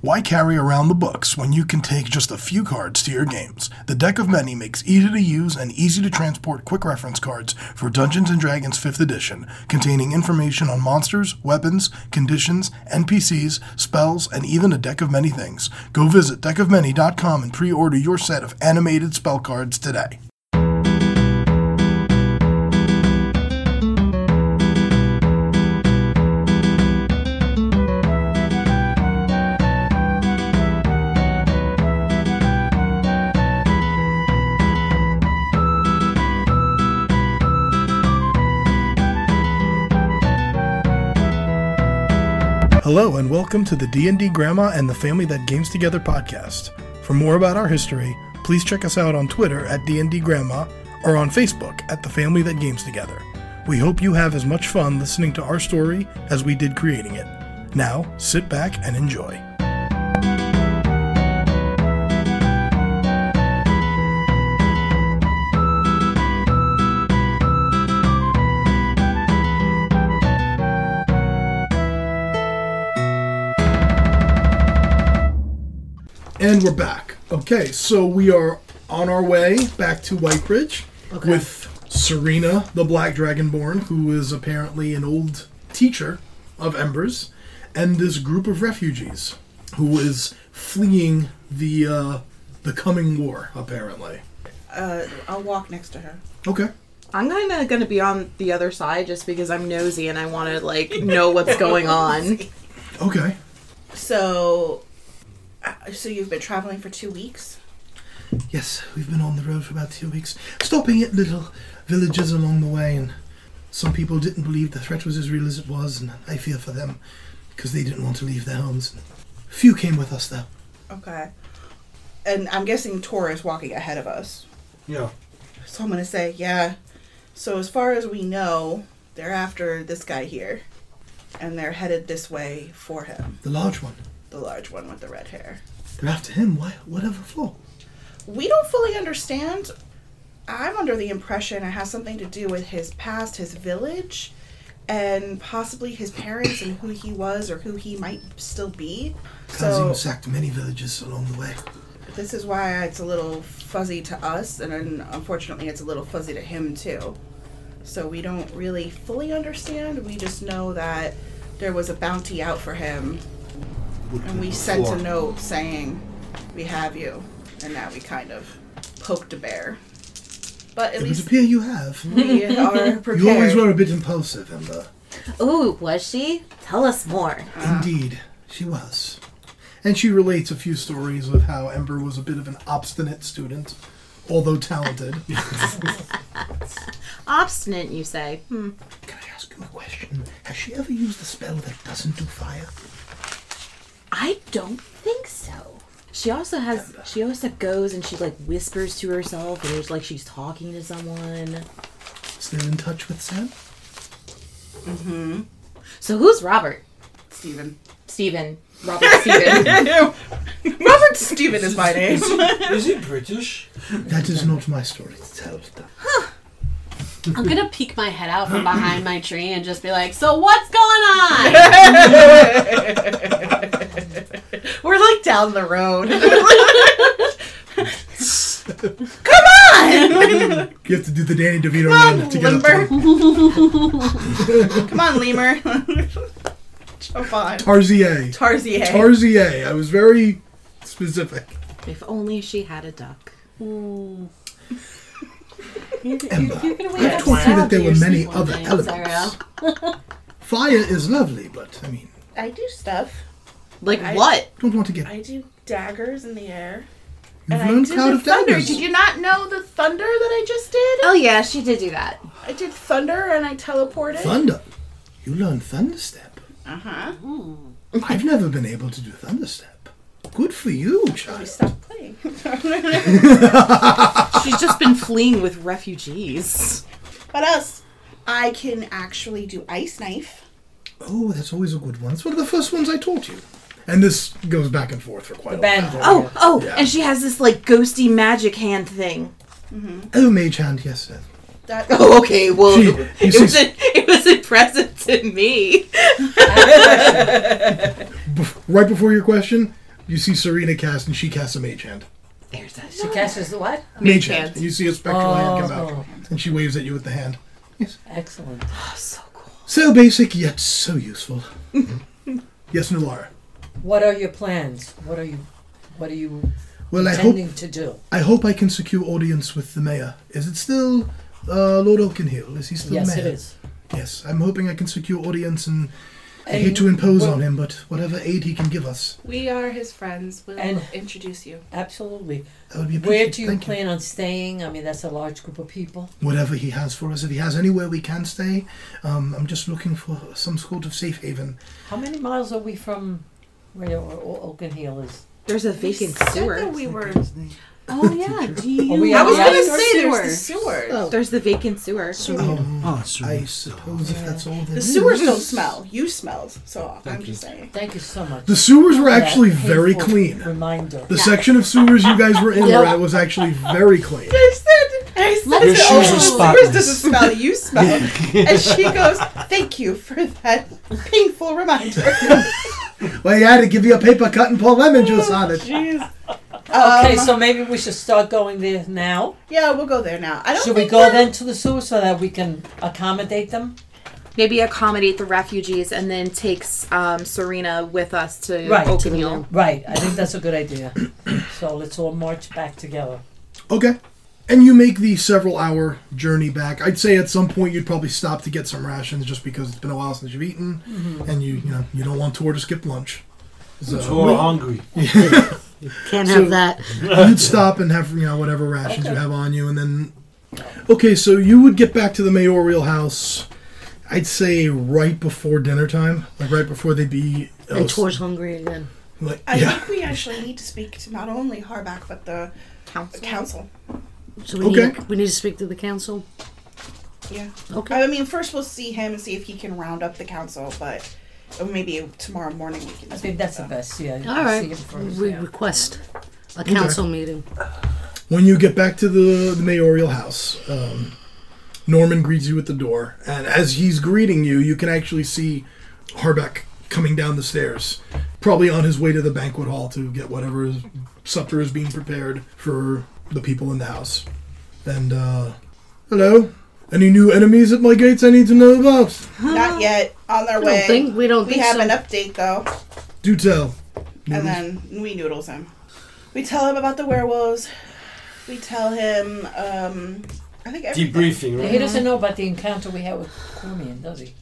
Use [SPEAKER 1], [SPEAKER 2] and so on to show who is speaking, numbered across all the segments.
[SPEAKER 1] Why carry around the books when you can take just a few cards to your games? The Deck of Many makes easy to use and easy to transport quick reference cards for Dungeons and Dragons 5th edition, containing information on monsters, weapons, conditions, NPCs, spells, and even a deck of many things. Go visit deckofmany.com and pre-order your set of animated spell cards today. Hello and welcome to the D&D Grandma and the Family That Games Together podcast. For more about our history, please check us out on Twitter at D&D Grandma or on Facebook at The Family That Games Together. We hope you have as much fun listening to our story as we did creating it. Now, sit back and enjoy. And we're back. Okay, so we are on our way back to Whitebridge with Serena, the Black Dragonborn, who is apparently an old teacher of Embers, and this group of refugees who is fleeing the uh, the coming war. Apparently.
[SPEAKER 2] Uh, I'll walk next to her.
[SPEAKER 1] Okay.
[SPEAKER 3] I'm kind of going to be on the other side just because I'm nosy and I want to like know what's going on.
[SPEAKER 1] Okay.
[SPEAKER 2] So, uh, so you've been traveling for two weeks.
[SPEAKER 1] Yes, we've been on the road for about two weeks, stopping at little villages along the way, and some people didn't believe the threat was as real as it was, and I fear for them because they didn't want to leave their homes. Few came with us, though.
[SPEAKER 2] Okay. And I'm guessing Tor is walking ahead of us.
[SPEAKER 1] Yeah.
[SPEAKER 2] So I'm gonna say, yeah. So as far as we know, they're after this guy here, and they're headed this way for him,
[SPEAKER 1] The large one.
[SPEAKER 2] the large one with the red hair.
[SPEAKER 1] They're after him. Why? Whatever for?
[SPEAKER 2] We don't fully understand. I'm under the impression it has something to do with his past, his village, and possibly his parents and who he was or who he might still be.
[SPEAKER 1] Kazim
[SPEAKER 2] So
[SPEAKER 1] sacked many villages along the way.
[SPEAKER 2] this is why it's a little fuzzy to us, and then unfortunately, it's a little fuzzy to him too. So we don't really fully understand. We just know that there was a bounty out for him, and we sent a note saying, "We have you," and now we kind of poked a bear. But at
[SPEAKER 1] It would
[SPEAKER 2] least
[SPEAKER 1] appear you have.
[SPEAKER 2] we are prepared.
[SPEAKER 1] You always were a bit impulsive, Ember.
[SPEAKER 4] Ooh, was she? Tell us more.
[SPEAKER 1] Indeed, she was. And she relates a few stories of how Ember was a bit of an obstinate student, although talented.
[SPEAKER 4] Obstinate, you say? Hmm.
[SPEAKER 1] Can I ask you a question? Has she ever used a spell that doesn't do fire?
[SPEAKER 4] I don't think so. She also has. She also goes and she like whispers to herself, and it's like she's talking to someone.
[SPEAKER 1] Still in touch with Sam?
[SPEAKER 4] So who's Robert?
[SPEAKER 2] Steven.
[SPEAKER 4] Steven. Robert Steven.
[SPEAKER 2] Robert Steven is my name.
[SPEAKER 5] Is he British?
[SPEAKER 1] That is not my story to tell.
[SPEAKER 6] I'm gonna peek my head out from behind my tree and just be like, "So what's going on?"
[SPEAKER 2] We're like down the road.
[SPEAKER 1] You have to do the Danny DeVito run to get up to him.
[SPEAKER 2] Come on, lemur. Jump on.
[SPEAKER 1] Tarzier.
[SPEAKER 2] Tarzier.
[SPEAKER 1] Tarzier. I was very specific.
[SPEAKER 3] If only she had a duck.
[SPEAKER 1] Ember.
[SPEAKER 6] can
[SPEAKER 1] I've
[SPEAKER 6] wait up
[SPEAKER 1] told you
[SPEAKER 6] south
[SPEAKER 1] that there
[SPEAKER 6] to
[SPEAKER 1] were
[SPEAKER 6] your
[SPEAKER 1] many
[SPEAKER 6] sleep one
[SPEAKER 1] other
[SPEAKER 6] day,
[SPEAKER 1] elements. Fire is lovely, but I mean,
[SPEAKER 2] I do stuff.
[SPEAKER 3] Like
[SPEAKER 2] I-
[SPEAKER 3] what?
[SPEAKER 1] don't want to get.
[SPEAKER 2] I do daggers in the air.
[SPEAKER 1] You've
[SPEAKER 2] and
[SPEAKER 1] learned
[SPEAKER 2] I did
[SPEAKER 1] Cloud
[SPEAKER 2] the
[SPEAKER 1] of
[SPEAKER 2] thunder.
[SPEAKER 1] Daggers.
[SPEAKER 2] Did you not know the thunder that I just did?
[SPEAKER 4] oh yeah, she did do that.
[SPEAKER 2] I did thunder and I teleported.
[SPEAKER 1] Thunder. You learned Thunderstep.
[SPEAKER 2] Uh huh. Uh-huh.
[SPEAKER 1] I've never been able to do Thunderstep. Good for you, child.
[SPEAKER 2] Stop playing.
[SPEAKER 3] She's just been fleeing with refugees.
[SPEAKER 2] what else? I can actually do ice knife.
[SPEAKER 1] Oh, that's always a good one. It's one of the first ones I taught you. And this goes back and forth for quite a while.
[SPEAKER 4] Oh, oh, and she has this like ghosty magic hand thing.
[SPEAKER 1] Oh, mage hand, yes. sir.
[SPEAKER 2] That
[SPEAKER 3] Oh, okay. Well,
[SPEAKER 1] She- you see-
[SPEAKER 3] it was impressive to me.
[SPEAKER 1] right before your question, You see Serena cast, and she casts a mage hand.
[SPEAKER 4] There's that.
[SPEAKER 7] She catches the what?
[SPEAKER 1] Mage, hand.
[SPEAKER 3] hand.
[SPEAKER 1] You see a spectral hand come out,
[SPEAKER 7] Oh.
[SPEAKER 1] and she waves at you with the hand.
[SPEAKER 7] Excellent.
[SPEAKER 4] So cool.
[SPEAKER 1] So basic yet so useful. yes, Nulara.
[SPEAKER 7] What are your plans? What are you what are you
[SPEAKER 1] Well, I hope
[SPEAKER 7] intending to do?
[SPEAKER 1] I hope I can secure audience with the mayor. Is it still uh, Lord Oakenhill? Is he still
[SPEAKER 7] yes,
[SPEAKER 1] mayor?
[SPEAKER 7] it is.
[SPEAKER 1] Yes, I'm hoping I can secure audience, and I
[SPEAKER 7] And
[SPEAKER 1] hate to impose
[SPEAKER 7] what-
[SPEAKER 1] on him, but whatever aid he can give us,
[SPEAKER 2] We are his friends. We'll
[SPEAKER 7] And-
[SPEAKER 2] introduce you.
[SPEAKER 7] Absolutely.
[SPEAKER 1] that would be
[SPEAKER 7] Where
[SPEAKER 1] appreciated.
[SPEAKER 7] do you
[SPEAKER 1] Thank
[SPEAKER 7] plan on staying? I mean, that's a large group of people.
[SPEAKER 1] Whatever he has for us, if he has anywhere we can stay, um, I'm just looking for some sort of safe haven.
[SPEAKER 7] How many miles are we from where O- O- Oaken Hill is?
[SPEAKER 4] There's a vacant sewer.
[SPEAKER 2] we were.
[SPEAKER 6] Oh yeah. Do you?
[SPEAKER 7] Are we
[SPEAKER 6] I
[SPEAKER 7] on
[SPEAKER 6] was
[SPEAKER 7] the
[SPEAKER 6] gonna
[SPEAKER 7] outdoor
[SPEAKER 6] say there
[SPEAKER 2] the
[SPEAKER 6] were.
[SPEAKER 2] sewers.
[SPEAKER 4] There's the vacant sewer.
[SPEAKER 1] Um,
[SPEAKER 5] Oh, sure.
[SPEAKER 1] I suppose if that's all there
[SPEAKER 2] The
[SPEAKER 1] is.
[SPEAKER 2] sewers don't smell. You smelled. So I'm
[SPEAKER 5] you.
[SPEAKER 2] just saying.
[SPEAKER 7] Thank you so much.
[SPEAKER 1] The sewers were
[SPEAKER 7] for that
[SPEAKER 1] actually very
[SPEAKER 7] painful
[SPEAKER 1] clean.
[SPEAKER 7] Reminder.
[SPEAKER 1] The section of sewers you guys were in were at was actually very clean.
[SPEAKER 2] I said, I said, to
[SPEAKER 5] Your shoes
[SPEAKER 2] Owen,
[SPEAKER 5] are
[SPEAKER 2] "The
[SPEAKER 5] spotless."
[SPEAKER 2] sewers doesn't smell. You smell. and she goes, "Thank you for that painful reminder."
[SPEAKER 1] Well, yeah, to give you a paper cut and pour lemon juice on it.
[SPEAKER 7] Okay,
[SPEAKER 2] Um,
[SPEAKER 7] so maybe we should start going there now.
[SPEAKER 2] Yeah, we'll go there now. I don't
[SPEAKER 7] Should we
[SPEAKER 2] think
[SPEAKER 7] go
[SPEAKER 2] we're-
[SPEAKER 7] then to the sewer so that we can accommodate them?
[SPEAKER 4] Maybe accommodate the refugees and then takes um, Serena with us to
[SPEAKER 7] Right, to
[SPEAKER 4] Oaken
[SPEAKER 7] the
[SPEAKER 4] Hill.
[SPEAKER 7] Right, I think that's a good idea. so let's all march back together.
[SPEAKER 1] Okay. And you make the several hour journey back. I'd say at some point you'd probably stop to get some rations just because it's been a while since you've eaten and you you know you don't want Tor to skip lunch. So
[SPEAKER 5] Too hungry.
[SPEAKER 1] have
[SPEAKER 6] Can't
[SPEAKER 1] So-
[SPEAKER 6] that.
[SPEAKER 1] you'd stop and have you know whatever rations you have on you and then Okay, so you would get back to the mayoral house I'd say right before dinner time, like right before they'd be uh,
[SPEAKER 8] And Tor's hungry again.
[SPEAKER 1] like,
[SPEAKER 2] I
[SPEAKER 1] yeah.
[SPEAKER 2] think we actually need to speak to not only Harback but the
[SPEAKER 4] Council.
[SPEAKER 2] council.
[SPEAKER 8] So we,
[SPEAKER 1] Okay.
[SPEAKER 8] need, we need to speak to the council.
[SPEAKER 2] Yeah.
[SPEAKER 8] Okay.
[SPEAKER 2] I mean, first we'll see him and see if he can round up the council, but or maybe tomorrow morning we can.
[SPEAKER 7] I think that's the best, yeah.
[SPEAKER 8] All right.
[SPEAKER 7] See it first,
[SPEAKER 8] we
[SPEAKER 7] yeah.
[SPEAKER 8] request a council meeting.
[SPEAKER 1] When you get back to the, the mayoral house, um, Norman greets you at the door, and as he's greeting you, you can actually see Harbeck coming down the stairs, probably on his way to the banquet hall to get whatever is, supper is being prepared for the people in the house. And uh, hello, any new enemies at my gates I need to know about?
[SPEAKER 2] Not yet. On their
[SPEAKER 8] I
[SPEAKER 2] way.
[SPEAKER 8] don't think we don't
[SPEAKER 2] we
[SPEAKER 8] think
[SPEAKER 2] have
[SPEAKER 8] so.
[SPEAKER 2] an update though,
[SPEAKER 1] Do tell.
[SPEAKER 2] and then we noodles him. We tell him about the werewolves. We tell him. um I think everything. Uh,
[SPEAKER 5] Debriefing,
[SPEAKER 7] He
[SPEAKER 5] right?
[SPEAKER 7] doesn't know about the encounter we had with Cormian, does he?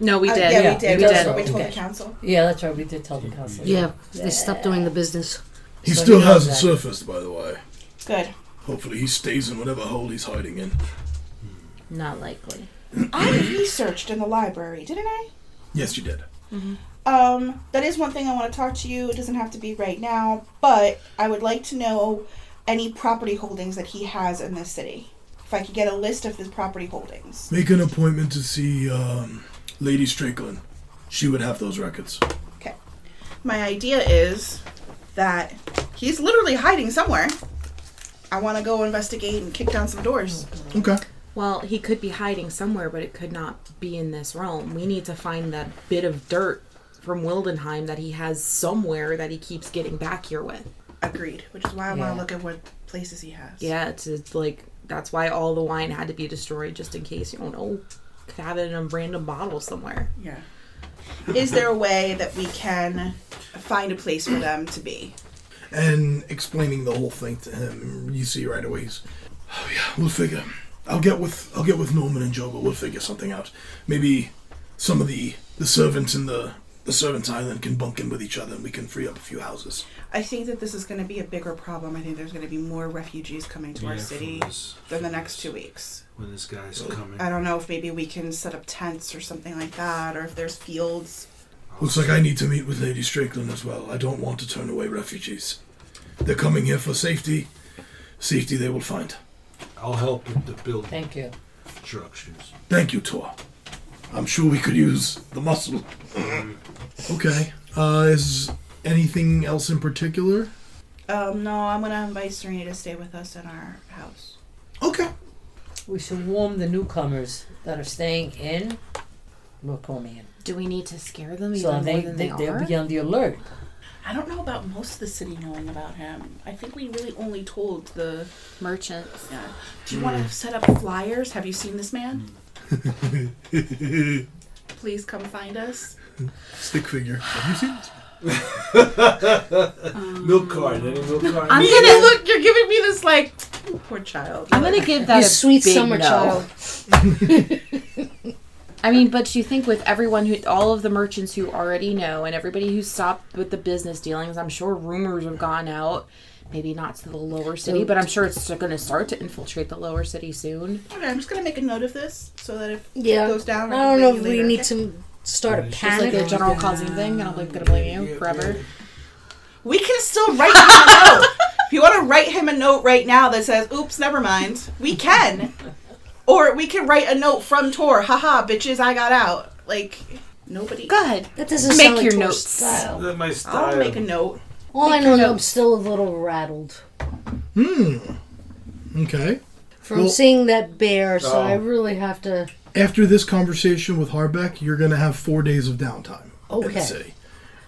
[SPEAKER 4] No, we
[SPEAKER 2] Uh,
[SPEAKER 4] did.
[SPEAKER 2] yeah,
[SPEAKER 7] Yeah,
[SPEAKER 2] we did.
[SPEAKER 7] we
[SPEAKER 2] We,
[SPEAKER 7] did.
[SPEAKER 2] did. we told
[SPEAKER 7] Okay.
[SPEAKER 2] the council.
[SPEAKER 7] Yeah, that's right. We did tell the council.
[SPEAKER 8] Yeah, they stopped doing the business.
[SPEAKER 1] he
[SPEAKER 7] so
[SPEAKER 1] still
[SPEAKER 7] he knows
[SPEAKER 1] hasn't
[SPEAKER 7] that.
[SPEAKER 1] surfaced, by the way.
[SPEAKER 2] Good.
[SPEAKER 1] Hopefully, he stays in whatever hole he's hiding in.
[SPEAKER 4] Not likely.
[SPEAKER 2] I researched in the library, didn't I?
[SPEAKER 1] Yes, you did.
[SPEAKER 2] Um, that is one thing I want to talk to you. It doesn't have to be right now, but I would like to know any property holdings that he has in this city. If I could get a list of his property holdings.
[SPEAKER 1] Make an appointment to see um, Lady Strickland. She would have those records.
[SPEAKER 2] My idea is that he's literally hiding somewhere. I want to go investigate and kick down some doors.
[SPEAKER 1] Okay.
[SPEAKER 4] Well, he could be hiding somewhere, but it could not be in this realm. We need to find that bit of dirt from Wildenheim that he has somewhere that he keeps getting back here with.
[SPEAKER 2] Agreed. Which is why I want
[SPEAKER 7] Yeah.
[SPEAKER 2] to look at what places he has.
[SPEAKER 4] Yeah, it's, it's like that's why all the wine had to be destroyed just in case you don't know. Could have it in a random bottle somewhere.
[SPEAKER 2] Yeah. Is there a way that we can find a place for them to be?
[SPEAKER 1] And explaining the whole thing to him, you see right away. He's, oh yeah, we'll figure. I'll get with I'll get with Norman and Jogo. We'll figure something out. Maybe some of the the servants in the the servants island can bunk in with each other, and we can free up a few houses.
[SPEAKER 2] I think that this is going to be a bigger problem. I think there's going to be more refugees coming to
[SPEAKER 5] Yeah,
[SPEAKER 2] our
[SPEAKER 5] from
[SPEAKER 2] city
[SPEAKER 5] this-
[SPEAKER 2] than the next two weeks.
[SPEAKER 5] When this guy's coming.
[SPEAKER 2] I don't know if maybe we can set up tents or something like that, or if there's fields.
[SPEAKER 1] Looks like I need to meet with Lady Strickland as well. I don't want to turn away refugees. They're coming here for safety. Safety they will find.
[SPEAKER 5] I'll help with the building
[SPEAKER 7] Thank you.
[SPEAKER 5] instructions.
[SPEAKER 1] Thank you, Tor. I'm sure we could use the muscle. okay. Uh, is anything else in particular?
[SPEAKER 2] Um, no, I'm going to invite Serena to stay with us in our house.
[SPEAKER 1] Okay.
[SPEAKER 7] We should warm the newcomers that are staying in Lacomian.
[SPEAKER 4] Do we need to scare them even
[SPEAKER 7] So
[SPEAKER 4] more
[SPEAKER 7] they,
[SPEAKER 4] than
[SPEAKER 7] they,
[SPEAKER 4] they,
[SPEAKER 7] they'll
[SPEAKER 4] are?
[SPEAKER 7] be on the alert.
[SPEAKER 2] I don't know about most of the city knowing about him. I think we really only told the.
[SPEAKER 6] Merchants.
[SPEAKER 2] Yeah. Do you want to set up flyers? Have you seen this man? Please come find us.
[SPEAKER 1] Stick figure. Have you seen this?
[SPEAKER 5] Milk card. Any milk card?
[SPEAKER 4] I'm
[SPEAKER 2] You
[SPEAKER 4] gonna
[SPEAKER 2] look, you're giving me this like "Ooh, poor child.
[SPEAKER 4] I'm gonna give that
[SPEAKER 8] You
[SPEAKER 4] a
[SPEAKER 8] sweet
[SPEAKER 4] big
[SPEAKER 8] summer
[SPEAKER 4] no.
[SPEAKER 8] child.
[SPEAKER 4] I mean, but you think with everyone who, all of the merchants who already know, and everybody who stopped with the business dealings, I'm sure rumors have gone out. Maybe not to the lower city, but I'm sure it's going to start to infiltrate the lower city soon.
[SPEAKER 2] Okay, I'm just gonna make a note of this so that if
[SPEAKER 8] Yeah.
[SPEAKER 2] it goes down,
[SPEAKER 8] I don't know if we
[SPEAKER 2] later.
[SPEAKER 8] need
[SPEAKER 2] okay?
[SPEAKER 8] to start a
[SPEAKER 5] It's just
[SPEAKER 4] It's like
[SPEAKER 8] panic.
[SPEAKER 4] the general causing thing, and I'm like going to blame you forever.
[SPEAKER 2] We can still write him a note. If you want to write him a note right now that says, oops, never mind, we can. Or we can write a note from Tor, haha, bitches, I got out. Like, nobody.
[SPEAKER 4] Go ahead.
[SPEAKER 8] that doesn't
[SPEAKER 4] Make
[SPEAKER 8] sound like
[SPEAKER 4] your
[SPEAKER 8] Tor's
[SPEAKER 4] notes.
[SPEAKER 8] Style.
[SPEAKER 5] That my style.
[SPEAKER 2] I'll make a note.
[SPEAKER 8] All I know, is I'm still a little rattled
[SPEAKER 1] Okay.
[SPEAKER 8] from
[SPEAKER 1] Well-
[SPEAKER 8] seeing that bear, so I
[SPEAKER 5] Oh.
[SPEAKER 8] really have to.
[SPEAKER 1] After this conversation with Harbeck, you're going to have four days of downtime in the
[SPEAKER 8] Okay.
[SPEAKER 1] city.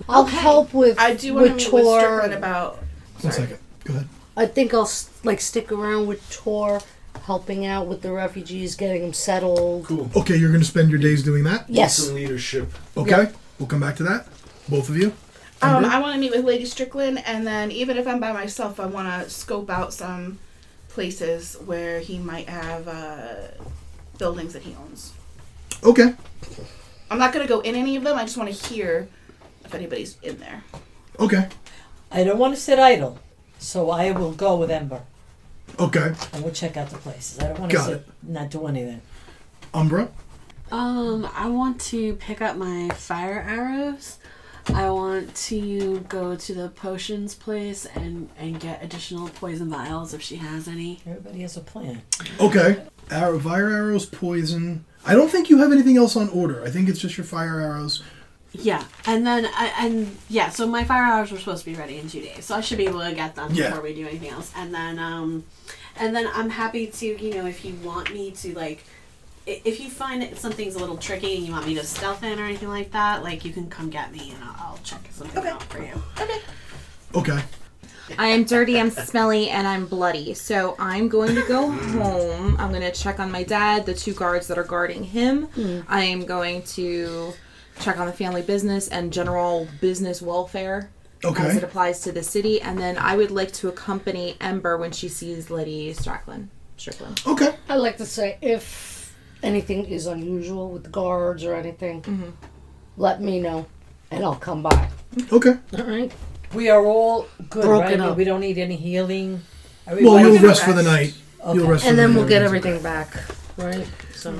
[SPEAKER 8] I'll help with.
[SPEAKER 2] I do want to
[SPEAKER 8] with
[SPEAKER 2] meet with
[SPEAKER 8] Tor.
[SPEAKER 2] Strickland about.
[SPEAKER 1] One second. Go ahead.
[SPEAKER 8] I think I'll s- like stick around with Tor, helping out with the refugees, getting them settled.
[SPEAKER 5] Cool.
[SPEAKER 1] Okay, you're going to spend your days doing that?
[SPEAKER 8] Yes.
[SPEAKER 5] Some leadership.
[SPEAKER 1] Okay. We'll come back to that. Both of you.
[SPEAKER 2] Um,
[SPEAKER 8] Mm-hmm.
[SPEAKER 1] Amber?
[SPEAKER 2] I want to meet with Lady Strickland, and then even if I'm by myself, I want to scope out some places where he might have uh, buildings that he owns.
[SPEAKER 1] Okay.
[SPEAKER 2] I'm not going to go in any of them. I just want to hear if anybody's in there.
[SPEAKER 1] Okay.
[SPEAKER 7] I don't want to sit idle, so I will go with Ember
[SPEAKER 1] Okay.
[SPEAKER 7] and we'll check out the places. I don't want to
[SPEAKER 1] Got
[SPEAKER 7] sit,
[SPEAKER 1] it.
[SPEAKER 7] not do anything.
[SPEAKER 1] Umbra.
[SPEAKER 6] Um, I want to pick up my fire arrows. I want to go to the potions place and and get additional poison vials if she has any.
[SPEAKER 7] Everybody has a plan.
[SPEAKER 1] Okay. Arrow, fire arrows, poison. I don't think you have anything else on order. I think it's just your fire arrows.
[SPEAKER 6] Yeah, and then I, and yeah, so my fire hours were supposed to be ready in two days, so I should be able to get them
[SPEAKER 1] Yeah.
[SPEAKER 6] before we do anything else. And then um, and then I'm happy to you know if you want me to like, i- if you find that something's a little tricky and you want me to stealth in or anything like that, like you can come get me and I'll, I'll check something out for you.
[SPEAKER 1] Okay.
[SPEAKER 4] I am dirty, I'm smelly, and I'm bloody. So I'm going to go home. I'm going to check on my dad, the two guards that are guarding him. I am going to check on the family business and general business welfare as
[SPEAKER 1] Okay.
[SPEAKER 4] it applies to the city. And then I would like to accompany Ember when she sees Lady Strickland. Strickland.
[SPEAKER 1] Okay.
[SPEAKER 8] I'd like to say if anything is unusual with the guards or anything, let me know, and I'll come by.
[SPEAKER 1] Okay.
[SPEAKER 8] All right.
[SPEAKER 7] We are all good,
[SPEAKER 8] Broken
[SPEAKER 7] right?
[SPEAKER 8] up.
[SPEAKER 7] We don't need any healing.
[SPEAKER 1] Well,
[SPEAKER 7] Everybody's
[SPEAKER 1] you'll rest for the night. You'll
[SPEAKER 7] Okay.
[SPEAKER 1] rest for
[SPEAKER 8] And
[SPEAKER 1] the
[SPEAKER 8] then
[SPEAKER 1] night.
[SPEAKER 8] we'll get everything back, right? So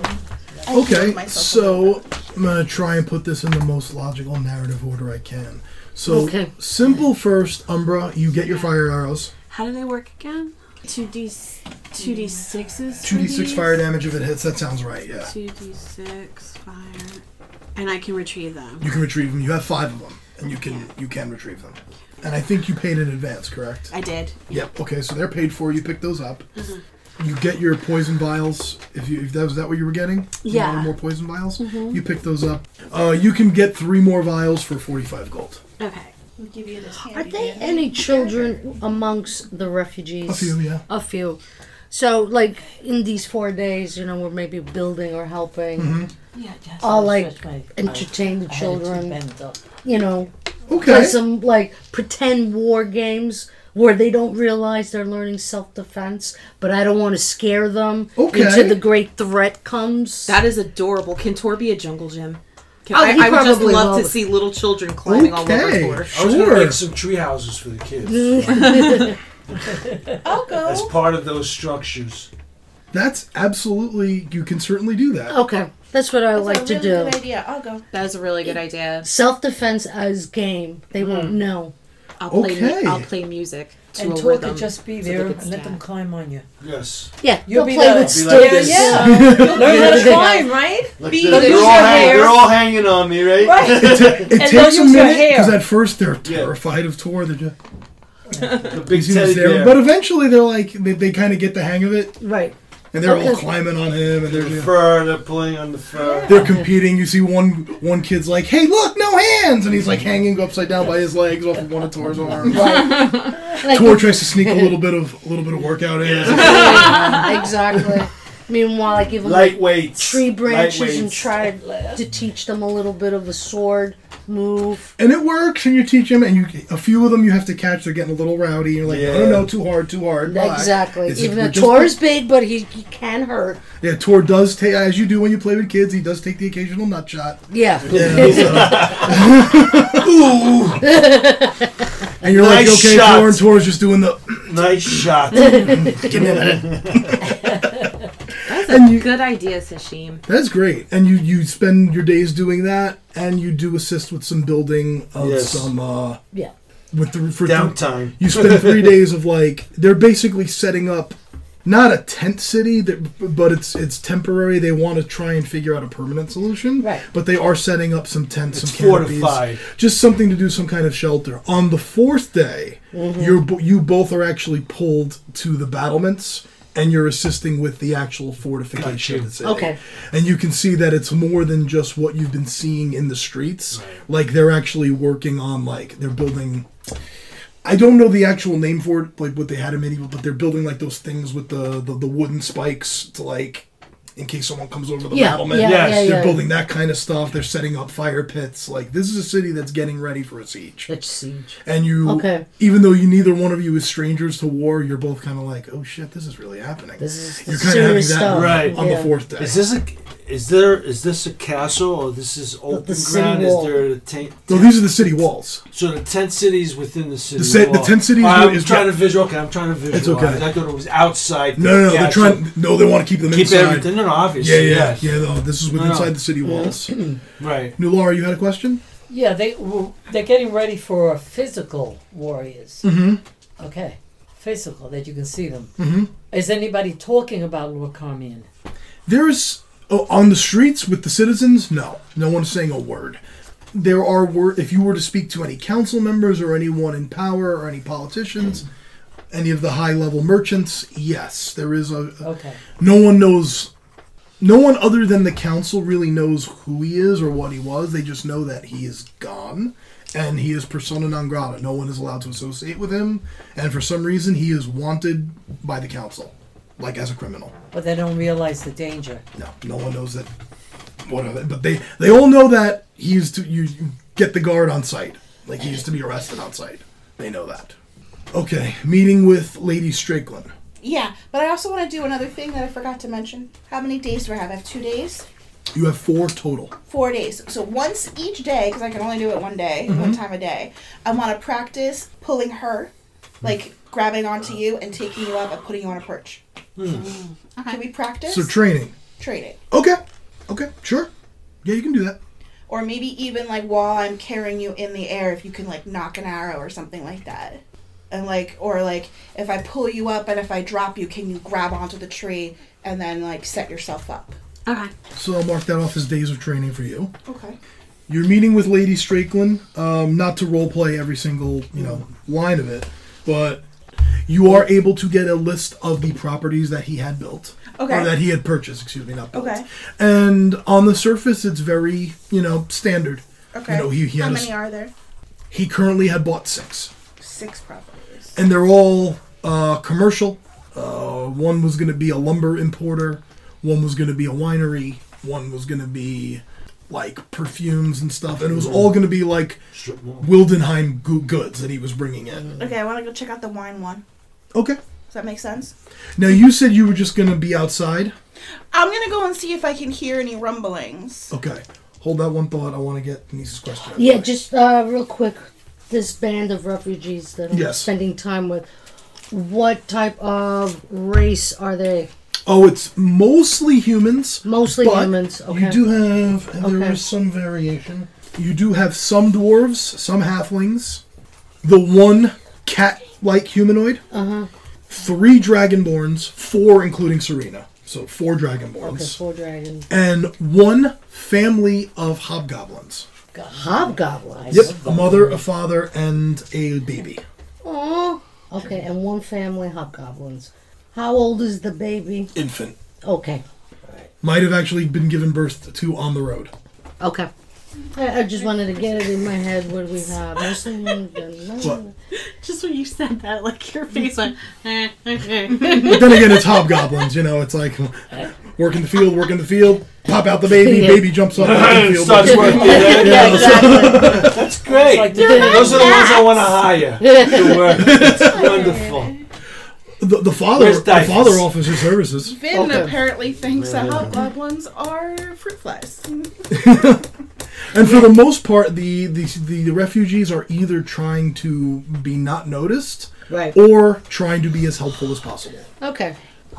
[SPEAKER 1] Okay,
[SPEAKER 2] myself
[SPEAKER 1] so I'm gonna try and put this in the most logical narrative order I can. So
[SPEAKER 8] Okay.
[SPEAKER 1] simple first, Umbra, you get your fire arrows.
[SPEAKER 6] How do they work again? Two d two d sixes.
[SPEAKER 1] Two D six fire damage if it hits, that sounds right, yeah.
[SPEAKER 6] Two d six fire, and I can retrieve them.
[SPEAKER 1] You can retrieve them. You have five of them. And you can you can retrieve them. And I think you paid in advance, correct?
[SPEAKER 6] I did.
[SPEAKER 1] Yep. Okay, so they're paid for, you pick those up. You get your poison vials. If you if that was that what you were getting? You
[SPEAKER 6] Yeah.
[SPEAKER 1] wanted more poison vials? You pick those up. Uh, you can get three more vials for forty five gold.
[SPEAKER 6] Okay.
[SPEAKER 2] We'll give you this handy
[SPEAKER 8] are there
[SPEAKER 2] dandy.
[SPEAKER 8] any children amongst the refugees?
[SPEAKER 1] A few, yeah.
[SPEAKER 8] A few. So, like in these four days, you know, we're maybe building or helping.
[SPEAKER 1] Mm-hmm.
[SPEAKER 7] Yeah, yes,
[SPEAKER 8] I'll
[SPEAKER 7] I
[SPEAKER 8] like
[SPEAKER 7] stretch my-
[SPEAKER 8] entertain the
[SPEAKER 7] I had it too
[SPEAKER 8] children.
[SPEAKER 7] bent up.
[SPEAKER 8] You know,
[SPEAKER 1] Okay.
[SPEAKER 8] play some like pretend war games where they don't realize they're learning self defense, but I don't want to scare them
[SPEAKER 1] Okay.
[SPEAKER 8] until the great threat comes.
[SPEAKER 4] That is adorable. Can Tor be a jungle gym? Can,
[SPEAKER 8] Oh,
[SPEAKER 4] I,
[SPEAKER 8] he
[SPEAKER 4] I would just
[SPEAKER 8] probably
[SPEAKER 4] love
[SPEAKER 8] will.
[SPEAKER 4] to see little children climbing all over
[SPEAKER 1] Okay,
[SPEAKER 4] Tor.
[SPEAKER 5] I was gonna
[SPEAKER 1] sure.
[SPEAKER 5] make some tree houses for the kids
[SPEAKER 2] I'll
[SPEAKER 5] as
[SPEAKER 2] go.
[SPEAKER 5] part of those structures.
[SPEAKER 1] That's absolutely, you can certainly do that.
[SPEAKER 8] okay, that's what I like
[SPEAKER 2] That's
[SPEAKER 8] to
[SPEAKER 2] a really
[SPEAKER 8] do.
[SPEAKER 2] Good idea. I'll go.
[SPEAKER 4] That is a really good idea.
[SPEAKER 8] Self defense as game. They won't know.
[SPEAKER 4] I'll play.
[SPEAKER 1] Okay.
[SPEAKER 4] Mu- I'll play music to
[SPEAKER 7] And
[SPEAKER 4] a
[SPEAKER 7] Tor
[SPEAKER 4] rhythm.
[SPEAKER 7] could just be
[SPEAKER 4] so they
[SPEAKER 7] there
[SPEAKER 4] could
[SPEAKER 7] and let them
[SPEAKER 4] stab.
[SPEAKER 7] climb on you.
[SPEAKER 5] Yes.
[SPEAKER 8] Yeah,
[SPEAKER 7] You'll
[SPEAKER 8] they'll
[SPEAKER 7] be
[SPEAKER 8] play
[SPEAKER 7] the-
[SPEAKER 8] with
[SPEAKER 5] Be like
[SPEAKER 8] sticks.
[SPEAKER 5] this.
[SPEAKER 7] Yeah. Learn
[SPEAKER 8] how to climb,
[SPEAKER 7] right?
[SPEAKER 5] Like
[SPEAKER 7] Be
[SPEAKER 5] this.
[SPEAKER 7] the
[SPEAKER 5] they're, all
[SPEAKER 7] loser
[SPEAKER 5] hang-
[SPEAKER 7] there.
[SPEAKER 5] they're all hanging on me, right?
[SPEAKER 7] Right.
[SPEAKER 1] It
[SPEAKER 7] And
[SPEAKER 1] takes
[SPEAKER 7] they'll
[SPEAKER 1] a
[SPEAKER 7] use your
[SPEAKER 1] minute
[SPEAKER 7] hair.
[SPEAKER 1] because at first they're
[SPEAKER 5] Yeah.
[SPEAKER 1] terrified of Tor. They're just
[SPEAKER 5] The big
[SPEAKER 1] he's
[SPEAKER 5] teddy
[SPEAKER 1] there,
[SPEAKER 5] bear.
[SPEAKER 1] but eventually they're like they, they kind of get the hang of it.
[SPEAKER 8] Right.
[SPEAKER 1] and they're all climbing on him, and they're
[SPEAKER 5] The
[SPEAKER 1] you know,
[SPEAKER 5] fur, they're pulling on the fur.
[SPEAKER 1] they're competing. You see one one kid's like, "Hey, look, no hands!" and he's like hanging upside down by his legs off of one of Tor's arms.
[SPEAKER 8] Like, like
[SPEAKER 1] Tor tries to sneak a little bit of a little bit of workout in. It's like,
[SPEAKER 8] exactly. Meanwhile, I give them like,
[SPEAKER 5] Lightweights.
[SPEAKER 8] tree branches and
[SPEAKER 5] Lightweights.
[SPEAKER 8] try to teach them a little bit of a sword move.
[SPEAKER 1] and it works, and you teach him, and you a few of them you have to catch. They're getting a little rowdy. You're like, "No, no,
[SPEAKER 5] Yeah.
[SPEAKER 1] no, too hard, too hard." Bye.
[SPEAKER 8] Exactly.
[SPEAKER 1] It's-
[SPEAKER 8] Even
[SPEAKER 1] we're
[SPEAKER 8] though
[SPEAKER 1] just-
[SPEAKER 8] Tor is big, but he, he can hurt.
[SPEAKER 1] Yeah, Tor does take as you do when you play with kids. He does take the occasional nut shot.
[SPEAKER 8] Yeah.
[SPEAKER 1] And you're like,
[SPEAKER 5] Nice
[SPEAKER 1] okay,
[SPEAKER 5] shot.
[SPEAKER 1] Tor, and Tor's just doing the.
[SPEAKER 5] Nice shot.
[SPEAKER 4] That's
[SPEAKER 1] And
[SPEAKER 4] a
[SPEAKER 1] you-
[SPEAKER 4] good idea, Sashim.
[SPEAKER 1] That's great. And you you spend your days doing that, and you do assist with some building of
[SPEAKER 5] Yes.
[SPEAKER 1] some. uh
[SPEAKER 8] Yeah.
[SPEAKER 1] With the for
[SPEAKER 5] Downtime.
[SPEAKER 1] You spend three days of like they're basically setting up not a tent city, that, but it's it's temporary. They want to try and figure out a permanent solution,
[SPEAKER 8] Right.
[SPEAKER 1] But they are setting up some tents,
[SPEAKER 5] It's
[SPEAKER 1] some canopies,
[SPEAKER 5] fortified.
[SPEAKER 1] just something to do some kind of shelter. On the fourth day, you're bo- you both are actually pulled to the battlements. And you're assisting with the actual fortification of the city.
[SPEAKER 8] Okay.
[SPEAKER 1] And you can see that it's more than just what you've been seeing in the streets. Like they're actually working on like they're building I don't know the actual name for it, like what they had in medieval, but they're building like those things with the the, the wooden spikes to like in case someone comes over the
[SPEAKER 8] Yeah,
[SPEAKER 1] battlement.
[SPEAKER 8] yeah,
[SPEAKER 5] Yes,
[SPEAKER 8] yeah,
[SPEAKER 1] They're
[SPEAKER 8] yeah.
[SPEAKER 1] building that kind of stuff. They're setting up fire pits. Like this is a city that's getting ready for a siege.
[SPEAKER 7] It's siege.
[SPEAKER 1] And you
[SPEAKER 8] Okay.
[SPEAKER 1] even though you neither one of you is strangers to war, you're both kinda like, Oh shit, this is really happening.
[SPEAKER 7] This is
[SPEAKER 1] you're
[SPEAKER 7] this
[SPEAKER 1] kinda having that
[SPEAKER 8] serious stuff.
[SPEAKER 5] Right.
[SPEAKER 1] on
[SPEAKER 8] Yeah.
[SPEAKER 1] the fourth day.
[SPEAKER 5] Is this a? Is there? Is this a castle or this is open
[SPEAKER 7] city
[SPEAKER 5] ground?
[SPEAKER 7] wall.
[SPEAKER 5] Is there a tent?
[SPEAKER 1] so these are the city walls.
[SPEAKER 5] So the tent city is within the city.
[SPEAKER 1] The se- the
[SPEAKER 5] wall.
[SPEAKER 1] tent city is
[SPEAKER 5] I'm
[SPEAKER 1] wi- is-
[SPEAKER 5] trying to visual. Okay, I'm trying to visualize.
[SPEAKER 1] okay.
[SPEAKER 5] I thought it was outside.
[SPEAKER 1] No, no, no.
[SPEAKER 5] the
[SPEAKER 1] They're
[SPEAKER 5] castle.
[SPEAKER 1] trying. No, they want to keep them
[SPEAKER 5] keep
[SPEAKER 1] inside.
[SPEAKER 5] everything. No, no, obviously.
[SPEAKER 1] Yeah, yeah,
[SPEAKER 5] yes.
[SPEAKER 1] yeah. No, this is with
[SPEAKER 5] No, no.
[SPEAKER 1] inside the city walls.
[SPEAKER 5] Right.
[SPEAKER 1] New Laura, you had a question?
[SPEAKER 7] Yeah, they were- they're getting ready for a physical warriors.
[SPEAKER 1] Mm-hmm.
[SPEAKER 7] Okay, physical that you can see them.
[SPEAKER 1] Mm-hmm.
[SPEAKER 7] Is anybody talking about Lord Carmian?
[SPEAKER 1] There's oh, on the streets with the citizens. No, no one's saying a word. There are word. If you were to speak to any council members or anyone in power or any politicians, any of the high level merchants, yes, there is a. a-
[SPEAKER 7] Okay,
[SPEAKER 1] no one knows. No one other than the council really knows who he is or what he was. They just know that he is gone and he is persona non grata. No one is allowed to associate with him, and for some reason, he is wanted by the council, like as a criminal.
[SPEAKER 7] but they don't realize the danger.
[SPEAKER 1] No, no one knows that. What are they? But they they all know that he used to. You, you get the guard on site. Like he used to be arrested on site. They know that. Okay, meeting with Lady Strickland.
[SPEAKER 2] Yeah, but I also want to do another thing that I forgot to mention. How many days do I have? I have two days,
[SPEAKER 1] You have four total.
[SPEAKER 2] four days. So once each day, because I can only do it one day, one time a day. I want to practice pulling her, like grabbing onto you and taking you up and putting you on a perch. Mm-hmm. Can we practice?
[SPEAKER 1] So training.
[SPEAKER 2] Training.
[SPEAKER 1] Okay. Okay. Sure. Yeah, you can do that.
[SPEAKER 2] Or maybe even like while I'm carrying you in the air, if you can like knock an arrow or something like that. And like, or like if I pull you up and if I drop you, can you grab onto the tree and then like set yourself up?
[SPEAKER 6] Okay.
[SPEAKER 1] So I'll mark that off as days of training for you.
[SPEAKER 2] Okay.
[SPEAKER 1] You're meeting with Lady Strickland. Um, not to roleplay every single you know line of it, but you are able to get a list of the properties that he had built
[SPEAKER 2] Okay.
[SPEAKER 1] or that he had purchased. Excuse me, not built.
[SPEAKER 2] Okay.
[SPEAKER 1] And on the surface, it's very you know standard.
[SPEAKER 2] Okay.
[SPEAKER 1] You know he he,
[SPEAKER 2] How
[SPEAKER 1] had a
[SPEAKER 2] many
[SPEAKER 1] s-
[SPEAKER 2] are there?
[SPEAKER 1] he currently had bought six.
[SPEAKER 2] Six properties.
[SPEAKER 1] and they're all uh, commercial. Uh, one was going to be a lumber importer, one was going to be a winery, one was going to be like perfumes and stuff, and it was all going to be like
[SPEAKER 5] Strip mall.
[SPEAKER 1] Wildenheim go- goods that he was bringing in.
[SPEAKER 2] Okay, I want to go check out the wine one.
[SPEAKER 1] Okay.
[SPEAKER 2] Does that make sense?
[SPEAKER 1] Now you said you were just going to be outside.
[SPEAKER 2] I'm gonna go and see if I can hear any rumblings.
[SPEAKER 1] Okay. Hold that one thought. I want to get Denise's question. out of the
[SPEAKER 8] Yeah,
[SPEAKER 1] way.
[SPEAKER 8] just uh, real quick, this band of refugees that I'm
[SPEAKER 1] Yes.
[SPEAKER 8] spending time with, what type of race are they?
[SPEAKER 1] Oh, it's mostly humans.
[SPEAKER 8] Mostly
[SPEAKER 1] but
[SPEAKER 8] humans,
[SPEAKER 1] You
[SPEAKER 8] okay.
[SPEAKER 1] do have. and There
[SPEAKER 8] Okay.
[SPEAKER 1] is some variation. You do have some dwarves, some halflings, the one cat-like humanoid,
[SPEAKER 8] Uh-huh.
[SPEAKER 1] three dragonborns, four including Serena. So four dragonborns,
[SPEAKER 8] Okay, four dragon.
[SPEAKER 1] and one family of hobgoblins.
[SPEAKER 8] Hobgoblins.
[SPEAKER 1] Yep, a mother, a father, and a baby.
[SPEAKER 8] Aw. Okay, and one family hobgoblins. How old is the baby?
[SPEAKER 1] Infant.
[SPEAKER 8] Okay.
[SPEAKER 1] Might have actually been given birth to on the road.
[SPEAKER 8] Okay. I, I just wanted to get it in my head. What do we have? Muslim,
[SPEAKER 1] What?
[SPEAKER 6] Just when you said that, like your face went. Eh, okay.
[SPEAKER 1] But then again, it's hobgoblins. You know, it's like work in the field, work in the field, pop out the baby, baby jumps up. out of the field.
[SPEAKER 5] Starts working.
[SPEAKER 1] Yeah,
[SPEAKER 5] Yeah, yeah, That's great.
[SPEAKER 7] like the-
[SPEAKER 5] Those are the ones I want to hire to work. It's wonderful.
[SPEAKER 1] The, the father,
[SPEAKER 5] Where's
[SPEAKER 1] the father
[SPEAKER 5] Dyfus?
[SPEAKER 1] offers his services.
[SPEAKER 2] Finn
[SPEAKER 8] Okay.
[SPEAKER 2] apparently thinks that
[SPEAKER 1] Mm-hmm.
[SPEAKER 2] hobgoblins are fruit flies.
[SPEAKER 1] And for the most part, the, the the refugees are either trying to be not noticed,
[SPEAKER 8] Right.
[SPEAKER 1] or trying to be as helpful as possible.
[SPEAKER 8] Okay.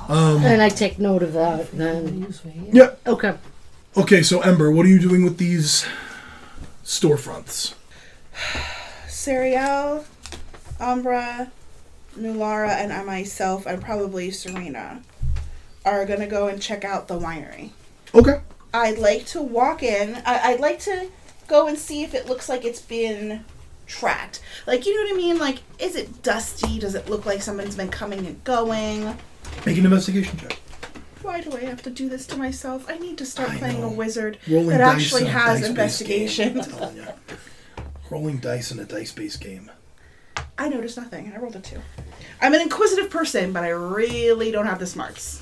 [SPEAKER 1] Um,
[SPEAKER 8] and I take note of that then.
[SPEAKER 1] Yeah.
[SPEAKER 8] Okay.
[SPEAKER 1] Okay, so Ember, what are you doing with these storefronts?
[SPEAKER 2] Serial, Umbra, Nulara, and I myself, and probably Serena, are gonna go and check out the winery.
[SPEAKER 1] Okay.
[SPEAKER 2] I'd like to walk in. I, I'd like to go and see if it looks like it's been tracked. Like, you know what I mean? Like, is it dusty? Does it look like someone's been coming and going?
[SPEAKER 1] Make an investigation check.
[SPEAKER 2] Why do I have to do this to myself? I need to start
[SPEAKER 1] I
[SPEAKER 2] playing
[SPEAKER 1] know.
[SPEAKER 2] a wizard
[SPEAKER 1] Rolling
[SPEAKER 2] that
[SPEAKER 1] dice
[SPEAKER 2] actually
[SPEAKER 1] in a
[SPEAKER 2] has
[SPEAKER 1] dice-based
[SPEAKER 2] investigation.
[SPEAKER 1] game, I'm telling ya. Rolling dice in a dice-based game.
[SPEAKER 2] I noticed nothing. I rolled a two. I'm an inquisitive person, but I really don't have the smarts.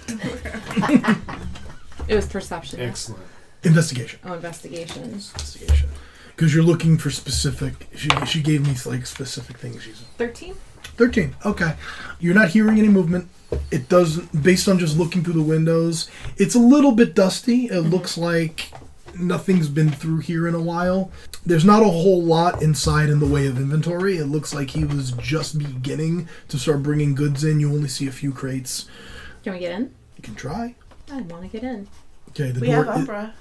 [SPEAKER 4] It was perception.
[SPEAKER 5] Excellent.
[SPEAKER 1] Investigation.
[SPEAKER 4] Oh, investigations.
[SPEAKER 1] Investigation. Because you're looking for specific. She, she gave me like specific things. She's
[SPEAKER 4] Thirteen.
[SPEAKER 1] 13. Okay. You're not hearing any movement. It doesn't, based on just looking through the windows, it's a little bit dusty. It looks like nothing's been through here in a while. There's not a whole lot inside in the way of inventory. It looks like he was just beginning to start bringing goods in. You only see a few crates.
[SPEAKER 4] Can we get in?
[SPEAKER 1] You can try.
[SPEAKER 4] I want to get in.
[SPEAKER 1] Okay, the
[SPEAKER 2] We
[SPEAKER 1] door.
[SPEAKER 2] have
[SPEAKER 1] i-
[SPEAKER 2] Umbra.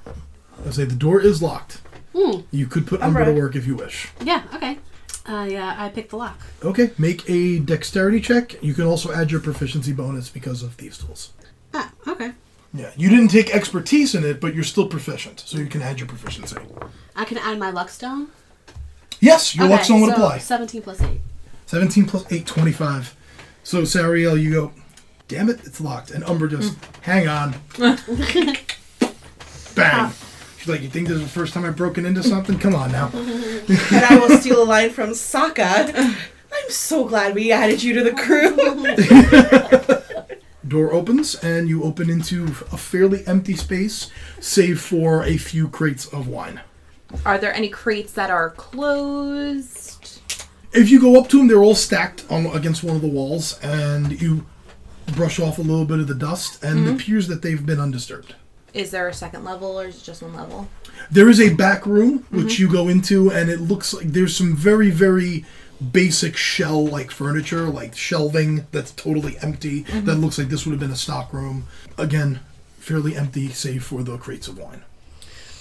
[SPEAKER 1] I say the door is locked.
[SPEAKER 6] Hmm.
[SPEAKER 1] You could put Umbra to
[SPEAKER 2] Umbra.
[SPEAKER 1] work if you wish.
[SPEAKER 6] Yeah. Okay. Uh, yeah, I picked the lock.
[SPEAKER 1] Okay, make a dexterity check. You can also add your proficiency bonus because of thieves' tools.
[SPEAKER 6] Ah, okay.
[SPEAKER 1] Yeah, you didn't take expertise in it, but you're still proficient, so you can add your proficiency.
[SPEAKER 6] I can add my luck stone.
[SPEAKER 1] Yes, your
[SPEAKER 6] okay,
[SPEAKER 1] luck stone would
[SPEAKER 6] so
[SPEAKER 1] apply.
[SPEAKER 6] Seventeen plus eight.
[SPEAKER 1] 17 plus 8, 25. So, Sariel, you go, damn it, it's locked. And Umber just,
[SPEAKER 6] Mm.
[SPEAKER 1] hang on. Bang. She's like, you think this is the first time I've broken into something? Come on now.
[SPEAKER 6] Mm-hmm.
[SPEAKER 2] and I will steal a line from Sokka. I'm so glad we added you to the crew.
[SPEAKER 1] Door opens, and you open into a fairly empty space, save for a few crates of wine.
[SPEAKER 4] Are there any crates that are closed?
[SPEAKER 1] if you go up to them, they're all stacked on against one of the walls, and you brush off a little bit of the dust, and it appears that they've been undisturbed.
[SPEAKER 4] Is there a second level or is it just one level?
[SPEAKER 1] There is a back room which you go into, and it looks like there's some very, very basic shell like furniture, like shelving that's totally empty. That looks like this would have been a stock room. Again, fairly empty, save for the crates of wine.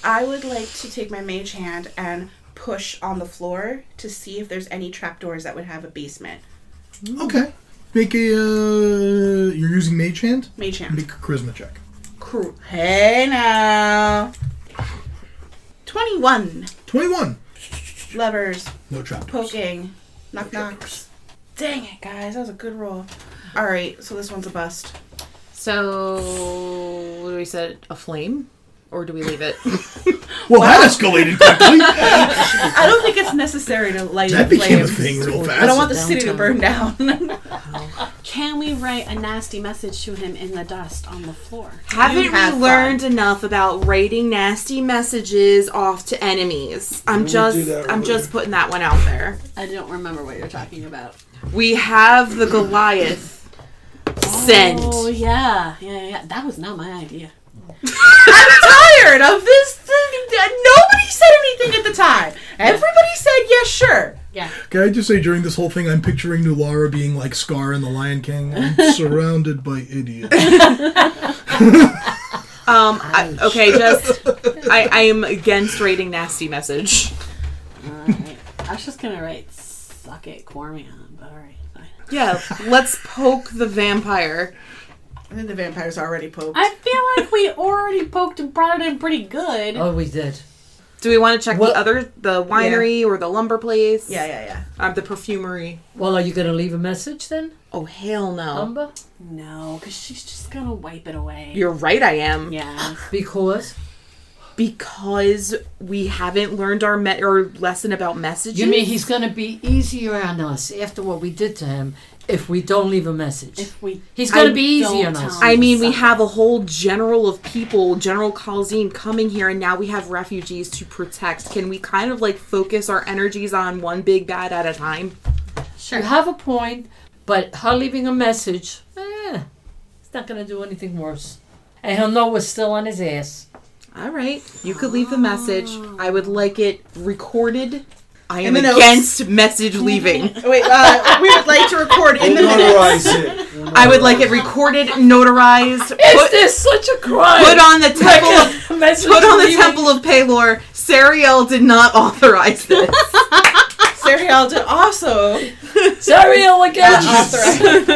[SPEAKER 2] I would like to take my mage hand and push on the floor to see if there's any trapdoors that would have a basement.
[SPEAKER 1] Okay, make a. Uh, you're using mage hand.
[SPEAKER 2] Mage hand.
[SPEAKER 1] Make a charisma check.
[SPEAKER 2] Cool. Hey now. 21.
[SPEAKER 1] Twenty-one.
[SPEAKER 2] Levers,
[SPEAKER 1] No trapdoors.
[SPEAKER 2] poking, knock knocks. Dang it, guys. That was a good roll. All right, so this one's a bust.
[SPEAKER 3] So, what do we set it? A flame? Or do we leave it?
[SPEAKER 1] Well, that escalated quickly.
[SPEAKER 2] I don't think it's necessary to light
[SPEAKER 1] That
[SPEAKER 2] the
[SPEAKER 1] became a thing
[SPEAKER 2] flames.
[SPEAKER 1] real fast.
[SPEAKER 2] I don't want the city to burn down.
[SPEAKER 6] Can we write a nasty message to him in the dust on the floor?
[SPEAKER 4] Haven't
[SPEAKER 2] have
[SPEAKER 4] we learned enough about rating nasty messages off to enemies? I'm just I'm just putting that one out there.
[SPEAKER 6] I don't remember what you're talking about.
[SPEAKER 4] We have the Goliath send.
[SPEAKER 6] Oh yeah, yeah, yeah, yeah. That was not my idea.
[SPEAKER 2] tired of this. Nobody said anything at the time. Everybody said yes, sure.
[SPEAKER 6] Yeah.
[SPEAKER 1] Can I just say during this whole thing, I'm picturing Nulara being like Scar in The Lion King. I'm surrounded by idiots.
[SPEAKER 4] Um I, okay, just I, I am against rating nasty message.
[SPEAKER 6] Alright. I was just gonna write "suck it, Cormion," but alright, fine.
[SPEAKER 4] Yeah, let's poke the vampire.
[SPEAKER 2] I think the vampire's already poked.
[SPEAKER 6] Oh. I feel like we already poked and prodded him pretty good.
[SPEAKER 7] Oh, we did.
[SPEAKER 4] Do we want to check
[SPEAKER 7] Well-
[SPEAKER 4] the other, the winery or the lumber place?
[SPEAKER 2] Yeah, yeah, yeah.
[SPEAKER 4] Uh, the perfumery.
[SPEAKER 7] Well, are you going to leave a message then,
[SPEAKER 4] Oh hell no!
[SPEAKER 7] Umba?
[SPEAKER 6] No, because she's just gonna wipe it away.
[SPEAKER 4] You're right. I am
[SPEAKER 6] yeah.
[SPEAKER 7] Because
[SPEAKER 4] because we haven't learned our me- or lesson about messages.
[SPEAKER 7] you mean he's going to be easier on us after what we did to him if we don't leave a message.
[SPEAKER 6] If we
[SPEAKER 7] He's going
[SPEAKER 4] I
[SPEAKER 7] to be easy
[SPEAKER 6] don't
[SPEAKER 7] on
[SPEAKER 6] tell
[SPEAKER 7] us.
[SPEAKER 6] him.
[SPEAKER 4] I mean, we have a whole general of people, General Calzine, coming here, and now we have refugees to protect. Can we kind of like focus our energies on one big bad at a time?
[SPEAKER 7] You have a point, but her leaving a message, eh, it's not going to do anything worse. And he'll know we're still on his ass.
[SPEAKER 4] All right, you could leave the message. I would like it recorded. I am
[SPEAKER 2] In the notes.
[SPEAKER 4] against message leaving.
[SPEAKER 2] Oh, wait, uh, we would like to record in the minutes.
[SPEAKER 5] Notarize it.
[SPEAKER 4] I would like it recorded, notarized,
[SPEAKER 7] Is
[SPEAKER 4] put,
[SPEAKER 7] this such a crime?
[SPEAKER 4] put on the temple of
[SPEAKER 7] a message
[SPEAKER 4] put on the
[SPEAKER 7] leaving-
[SPEAKER 4] temple of Palor. Sariel did not authorize this.
[SPEAKER 2] Serial did also
[SPEAKER 7] Zariel again.
[SPEAKER 2] authorize.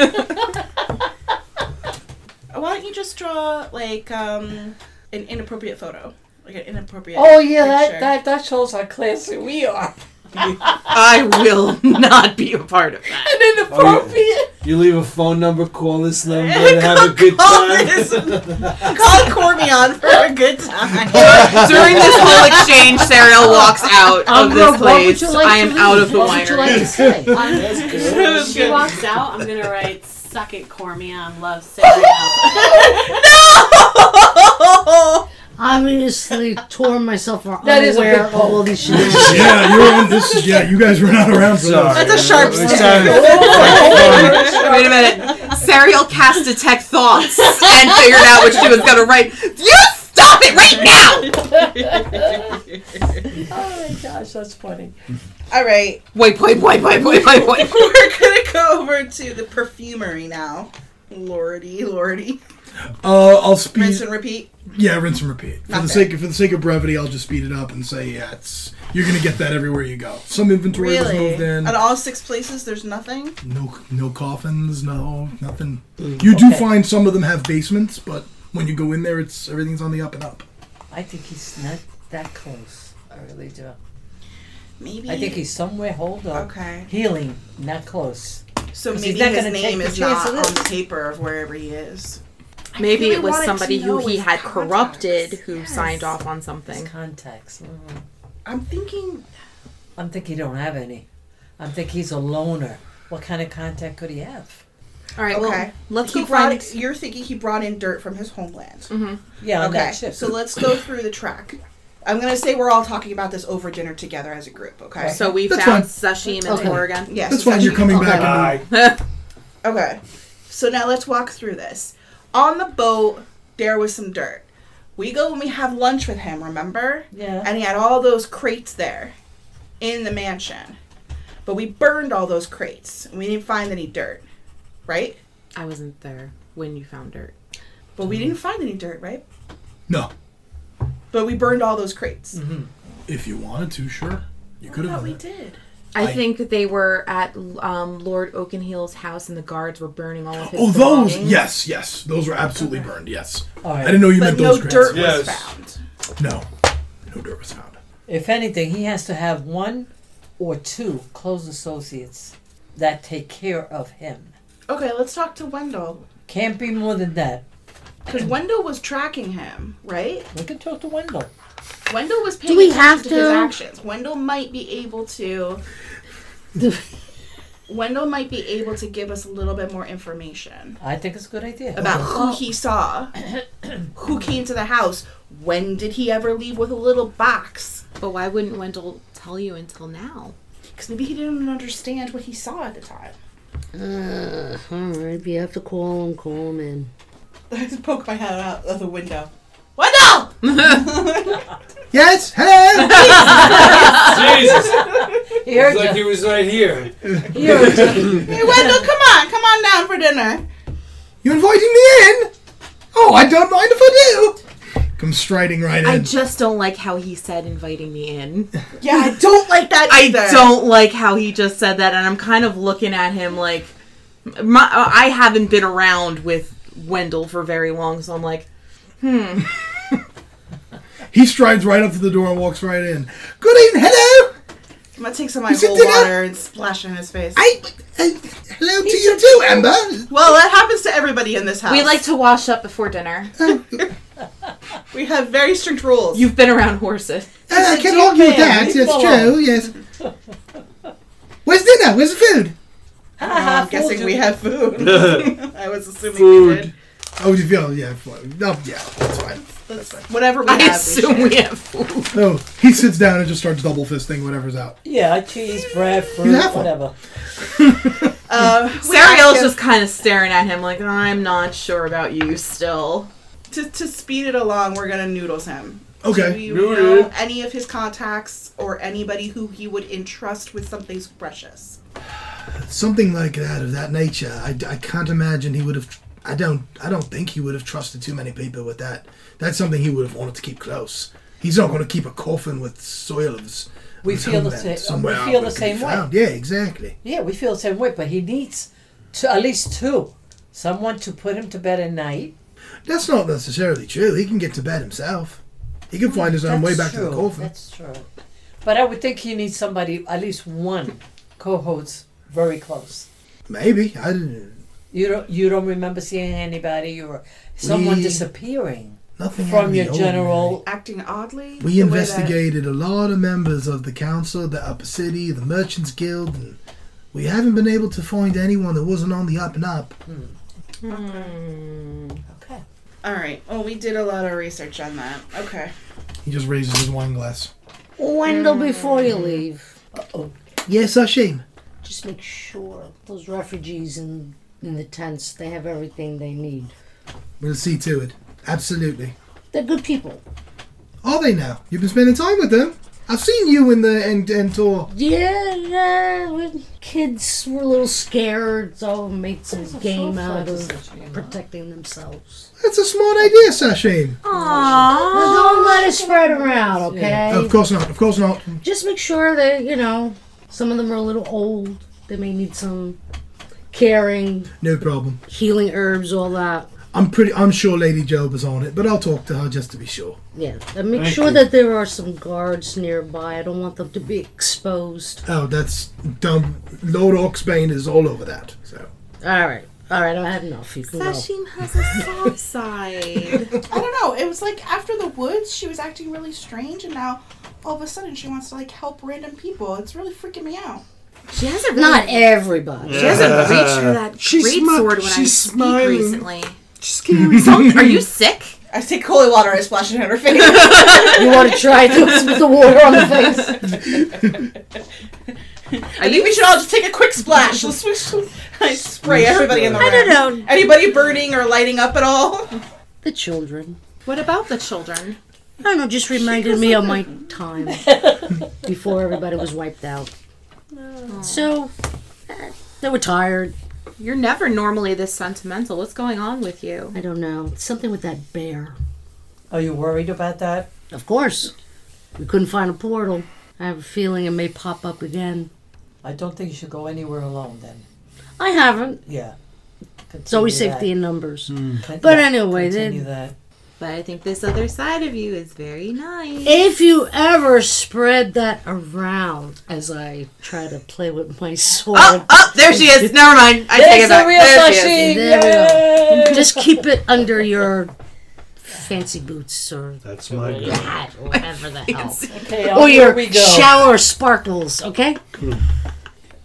[SPEAKER 2] Why don't you just draw like um, an inappropriate photo, like an inappropriate?
[SPEAKER 7] Oh yeah, that,
[SPEAKER 2] picture.
[SPEAKER 7] that that shows how classy we are.
[SPEAKER 4] Oh, I will not be a part of that.
[SPEAKER 7] And inappropriate.
[SPEAKER 5] You leave a phone number, call this number, and have a good time.
[SPEAKER 2] Call Corby on for a good time.
[SPEAKER 4] During this whole exchange, Sariel walks out of
[SPEAKER 7] Umbra,
[SPEAKER 4] this
[SPEAKER 7] what would
[SPEAKER 4] place.
[SPEAKER 7] you like
[SPEAKER 4] I
[SPEAKER 7] to
[SPEAKER 4] am
[SPEAKER 7] read?
[SPEAKER 4] out of the
[SPEAKER 7] What would you
[SPEAKER 4] winery.
[SPEAKER 7] like to say?
[SPEAKER 6] I'm,
[SPEAKER 5] That's
[SPEAKER 6] she
[SPEAKER 5] good.
[SPEAKER 6] walks out. I'm gonna write "Suck it, Cormion, love Sarah."
[SPEAKER 8] Obviously, tore myself for
[SPEAKER 7] That is a big
[SPEAKER 8] unaware of all these shenanigans.
[SPEAKER 1] yeah, you were in this. Is, yeah, you guys were not around for
[SPEAKER 5] Sorry.
[SPEAKER 1] that.
[SPEAKER 2] a sharp
[SPEAKER 5] It's
[SPEAKER 2] stick.
[SPEAKER 5] time.
[SPEAKER 4] Wait a minute. Sariel cast detect thoughts and figured out what she was going to write. You stop it right now!
[SPEAKER 7] oh my gosh, that's funny.
[SPEAKER 2] All right,
[SPEAKER 4] Wait, wait, wait, wait, wait, wait, wait.
[SPEAKER 2] we're gonna go over to the perfumery now. Lordy, lordy,
[SPEAKER 1] Uh, I'll speed.
[SPEAKER 2] rinse and repeat.
[SPEAKER 1] Yeah, rinse and repeat. For the
[SPEAKER 2] Okay.
[SPEAKER 1] sake for the sake of brevity, I'll just speed it up and say yeah, it's you're gonna get that everywhere you go. Some inventory was
[SPEAKER 2] Really?
[SPEAKER 1] moved in.
[SPEAKER 2] At all six places, there's nothing.
[SPEAKER 1] No, no coffins. No, nothing. You do
[SPEAKER 7] okay.
[SPEAKER 1] find some of them have basements, but when you go in there, it's everything's on the up and up.
[SPEAKER 7] I think he's not that close. I really do.
[SPEAKER 2] Maybe.
[SPEAKER 7] I think he's somewhere. Hold on.
[SPEAKER 2] Okay.
[SPEAKER 7] Healing, not close.
[SPEAKER 2] So
[SPEAKER 7] 'Cause
[SPEAKER 2] maybe
[SPEAKER 7] he's not
[SPEAKER 2] his
[SPEAKER 7] gonna
[SPEAKER 2] name
[SPEAKER 7] take the
[SPEAKER 2] is
[SPEAKER 7] chance
[SPEAKER 2] not
[SPEAKER 7] of
[SPEAKER 2] on
[SPEAKER 7] this.
[SPEAKER 2] paper of wherever he is.
[SPEAKER 4] Maybe
[SPEAKER 2] really
[SPEAKER 4] it was
[SPEAKER 2] wanted to
[SPEAKER 4] somebody who
[SPEAKER 2] know
[SPEAKER 4] he
[SPEAKER 2] his
[SPEAKER 4] had
[SPEAKER 2] contacts.
[SPEAKER 4] corrupted who
[SPEAKER 7] Yes.
[SPEAKER 4] signed off on
[SPEAKER 7] His
[SPEAKER 4] something.
[SPEAKER 7] contacts. mhm.
[SPEAKER 2] I'm thinking
[SPEAKER 7] I'm thinking he don't have any. I'm thinking he's a loner. What kind of contact could he have?
[SPEAKER 4] All right, well,
[SPEAKER 2] Okay.
[SPEAKER 4] let's
[SPEAKER 2] he
[SPEAKER 4] go
[SPEAKER 2] brought.
[SPEAKER 4] find.
[SPEAKER 2] You're thinking he brought in dirt from his homeland.
[SPEAKER 7] Mm-hmm. Yeah, on
[SPEAKER 2] Okay.
[SPEAKER 7] that ship.
[SPEAKER 2] So let's go through the track. I'm gonna say we're all talking about this over dinner together as a group. Okay.
[SPEAKER 4] So we
[SPEAKER 1] That's
[SPEAKER 4] found Sashim and
[SPEAKER 8] Okay.
[SPEAKER 4] Oregon.
[SPEAKER 2] yes.
[SPEAKER 1] That's fine.
[SPEAKER 2] essentially-
[SPEAKER 1] You're coming back. and-
[SPEAKER 5] Aye.
[SPEAKER 2] Okay. So now let's walk through this. On the boat, there was some dirt. We go and we have lunch with him, remember?
[SPEAKER 7] Yeah.
[SPEAKER 2] And he had all those crates there in the mansion. But we burned all those crates. and We didn't find any dirt, right?
[SPEAKER 4] I wasn't there when you found dirt.
[SPEAKER 2] But we didn't find any dirt, right?
[SPEAKER 1] No,
[SPEAKER 2] But we burned all those crates.
[SPEAKER 1] if you wanted to, sure, you could
[SPEAKER 2] I
[SPEAKER 1] have.
[SPEAKER 2] thought Oh, we
[SPEAKER 1] done it.
[SPEAKER 2] did.
[SPEAKER 4] I
[SPEAKER 1] I-
[SPEAKER 4] think that they were at um, Lord Oakenheel's house, and the guards were burning all of his.
[SPEAKER 1] Oh, those.
[SPEAKER 4] belongings.
[SPEAKER 1] Yes, yes, those were absolutely burned. Yes,
[SPEAKER 7] All
[SPEAKER 1] I
[SPEAKER 7] right.
[SPEAKER 1] didn't know you
[SPEAKER 2] But
[SPEAKER 1] meant
[SPEAKER 2] no
[SPEAKER 1] those. crates.
[SPEAKER 2] dirt was
[SPEAKER 5] Yes.
[SPEAKER 2] found.
[SPEAKER 1] No, no dirt was found.
[SPEAKER 7] If anything, he has to have one or two close associates that take care of him.
[SPEAKER 2] Okay, let's talk to Wendell.
[SPEAKER 7] Can't be more than that.
[SPEAKER 2] Because Wendell was tracking him, right?
[SPEAKER 7] We can talk to Wendell.
[SPEAKER 2] Wendell was paying
[SPEAKER 8] we
[SPEAKER 2] attention
[SPEAKER 8] have
[SPEAKER 2] to his
[SPEAKER 8] to?
[SPEAKER 2] actions. Wendell might be able to. Wendell might be able to give us a little bit more information
[SPEAKER 7] I think it's a good idea.
[SPEAKER 2] about who he saw, who came to the house, when did he ever leave with a little box?
[SPEAKER 4] But why wouldn't Wendell tell you until now?
[SPEAKER 2] Because maybe he didn't understand what he saw at the time.
[SPEAKER 8] Uh, all right, if you have to call him, call him in.
[SPEAKER 2] I just poke my head out of the window. Wendell!
[SPEAKER 1] Yes. Hello.
[SPEAKER 5] Jesus!
[SPEAKER 7] He heard
[SPEAKER 5] It's like he was right here.
[SPEAKER 7] you. He heard you.
[SPEAKER 2] Hey, Wendell, come on, come on down for dinner.
[SPEAKER 1] you inviting me in? Oh, I don't mind if I do. Comes striding right in.
[SPEAKER 4] I just don't like how he said inviting me in.
[SPEAKER 2] Yeah, I don't like that
[SPEAKER 4] I
[SPEAKER 2] either.
[SPEAKER 4] don't like how he just said that, and I'm kind of looking at him like, my, uh, I haven't been around with Wendell for very long, so I'm like,
[SPEAKER 1] He strides right up to the door and walks right in. Good evening. Hello.
[SPEAKER 2] I'm gonna take some of
[SPEAKER 1] You
[SPEAKER 2] my
[SPEAKER 1] said
[SPEAKER 2] cold
[SPEAKER 1] dinner?
[SPEAKER 2] water and splash it in his face.
[SPEAKER 1] I, I- hello to you too, Amber.
[SPEAKER 2] well, that happens to everybody in this house.
[SPEAKER 4] We like to wash up before dinner.
[SPEAKER 2] We have very strict rules.
[SPEAKER 4] You've been around horses.
[SPEAKER 1] Uh, I can't
[SPEAKER 7] a dear
[SPEAKER 1] argue with
[SPEAKER 7] man,
[SPEAKER 1] that.
[SPEAKER 7] leave him
[SPEAKER 1] That's
[SPEAKER 7] alone.
[SPEAKER 1] true. Yes. Where's dinner? Where's the food?
[SPEAKER 2] Uh, I'm guessing we have food. I was assuming we did.
[SPEAKER 5] Food.
[SPEAKER 1] Oh, you feel yeah, fine. no, yeah, that's fine.
[SPEAKER 2] Let's- whatever we
[SPEAKER 4] I
[SPEAKER 2] have.
[SPEAKER 4] assume we have food.
[SPEAKER 1] So he sits down and just starts double fisting whatever's out.
[SPEAKER 7] Yeah, cheese, bread, fruit,
[SPEAKER 1] have one.
[SPEAKER 7] whatever.
[SPEAKER 2] Uh,
[SPEAKER 4] Sariel's just kind of staring at him like, I'm not sure about you still.
[SPEAKER 2] to, to speed it along. We're gonna noodles him. Do
[SPEAKER 1] Okay.
[SPEAKER 2] you
[SPEAKER 5] Noodle.
[SPEAKER 2] know any of his contacts or anybody who he would entrust with something precious?
[SPEAKER 1] Something like that of that nature. I, I can't imagine he would have. I don't. I don't think he would have trusted too many people with that. That's something he would have wanted to keep close. He's not going to keep a coffin with soil of his. of
[SPEAKER 7] We
[SPEAKER 1] his
[SPEAKER 7] feel
[SPEAKER 1] own
[SPEAKER 7] the
[SPEAKER 1] land
[SPEAKER 7] sa- we
[SPEAKER 1] somewhere
[SPEAKER 7] feel
[SPEAKER 1] that
[SPEAKER 7] the
[SPEAKER 1] can be
[SPEAKER 7] same way.
[SPEAKER 1] found. Yeah, exactly.
[SPEAKER 7] Yeah, we feel the same way, but he needs to, at least two. Someone to put him to bed at night.
[SPEAKER 1] That's not necessarily true. He can get to bed himself. He can find his own way back to the coffin.
[SPEAKER 7] That's true. But I would think he needs somebody, at least one co-host, very close.
[SPEAKER 1] Maybe I didn't.
[SPEAKER 7] You don't, you don't remember seeing anybody or someone
[SPEAKER 1] We-
[SPEAKER 7] disappearing
[SPEAKER 1] Nothing out of
[SPEAKER 7] from
[SPEAKER 1] the
[SPEAKER 7] your general.
[SPEAKER 2] Acting oddly.
[SPEAKER 1] ordinary. We
[SPEAKER 2] The way that-
[SPEAKER 1] investigated a lot of members of the council, the upper city, the merchants guild, and we haven't been able to find anyone that wasn't on the up and up.
[SPEAKER 7] Okay.
[SPEAKER 2] All right. Well, we did a lot of research on that. Okay.
[SPEAKER 1] He just raises his wine glass.
[SPEAKER 8] Wendell, before you leave,
[SPEAKER 1] Yes, Ashim.
[SPEAKER 8] just make sure those refugees in in the tents they have everything they need.
[SPEAKER 1] We'll see to it. Absolutely.
[SPEAKER 8] They're good people.
[SPEAKER 1] Are they now? You've been spending time with them. I've seen you in the end end tour.
[SPEAKER 8] Yeah, uh, when kids were a little scared, so made some game out of protecting themselves.
[SPEAKER 1] That's a smart idea, Sashim.
[SPEAKER 4] Aww.
[SPEAKER 8] Well, don't let it spread around, okay?
[SPEAKER 1] Of course not. Of course not.
[SPEAKER 8] Just make sure that you know some of them are a little old. They may need some caring,
[SPEAKER 1] No problem.
[SPEAKER 8] healing herbs, all that.
[SPEAKER 1] I'm pretty. I'm sure Lady Job is on it, but I'll talk to her just to be sure.
[SPEAKER 8] Yeah, and make
[SPEAKER 5] Thank
[SPEAKER 8] sure
[SPEAKER 5] you.
[SPEAKER 8] that there are some guards nearby. I don't want them to be exposed.
[SPEAKER 1] Oh, that's dumb. Lord Oxbane is all over that. So.
[SPEAKER 8] All right, all right, I had enough. You can go.
[SPEAKER 4] Sashim has a soft side.
[SPEAKER 2] I don't know. It was like after the woods, she was acting really strange, and now all of a sudden she wants to like help random people. It's really freaking me out.
[SPEAKER 4] She hasn't really,
[SPEAKER 8] Not everybody.
[SPEAKER 4] she hasn't reached for that
[SPEAKER 5] She's
[SPEAKER 4] great
[SPEAKER 5] smi-
[SPEAKER 4] sword when I
[SPEAKER 5] she's
[SPEAKER 4] speak
[SPEAKER 5] smiling.
[SPEAKER 4] recently.
[SPEAKER 5] Scary.
[SPEAKER 4] Don't- Are you sick?
[SPEAKER 2] I take holy water and splash it in her face.
[SPEAKER 8] You want to try this with the water on the face?
[SPEAKER 2] I think we should all just take a quick splash. Let's swish. I spray everybody in the room.
[SPEAKER 8] don't know.
[SPEAKER 2] Anybody burning or lighting up at all?
[SPEAKER 8] The children.
[SPEAKER 4] What about the children?
[SPEAKER 8] I don't know. Just reminded me of my time before everybody was wiped out. Oh. So eh, they were tired.
[SPEAKER 4] You're never normally this sentimental. What's going on with you?
[SPEAKER 8] I don't know. It's something with that bear.
[SPEAKER 7] Are you worried about that?
[SPEAKER 8] Of course, we couldn't find a portal. I have a feeling it may pop up again.
[SPEAKER 7] I don't think you should go anywhere alone then.
[SPEAKER 8] I haven't.
[SPEAKER 7] Yeah.
[SPEAKER 8] It's always
[SPEAKER 7] Continue
[SPEAKER 8] safety in numbers.
[SPEAKER 7] that. Con-
[SPEAKER 8] But
[SPEAKER 7] yeah,
[SPEAKER 8] anyway,
[SPEAKER 7] continue
[SPEAKER 8] then-
[SPEAKER 7] that.
[SPEAKER 4] But I think this other side of you is very nice.
[SPEAKER 8] If you ever spread that around, as I try to play with my sword,
[SPEAKER 4] Oh, there she is. Never mind. I take it
[SPEAKER 7] There's
[SPEAKER 4] back.
[SPEAKER 7] the real
[SPEAKER 4] There she is.
[SPEAKER 7] Sashim!
[SPEAKER 8] There we
[SPEAKER 7] Yay!
[SPEAKER 8] just keep it under your fancy boots or
[SPEAKER 5] That's my girl.
[SPEAKER 8] hat, whatever the hell.
[SPEAKER 7] Okay,
[SPEAKER 8] Or
[SPEAKER 7] here
[SPEAKER 8] your
[SPEAKER 7] we go.
[SPEAKER 8] shower sparkles, okay?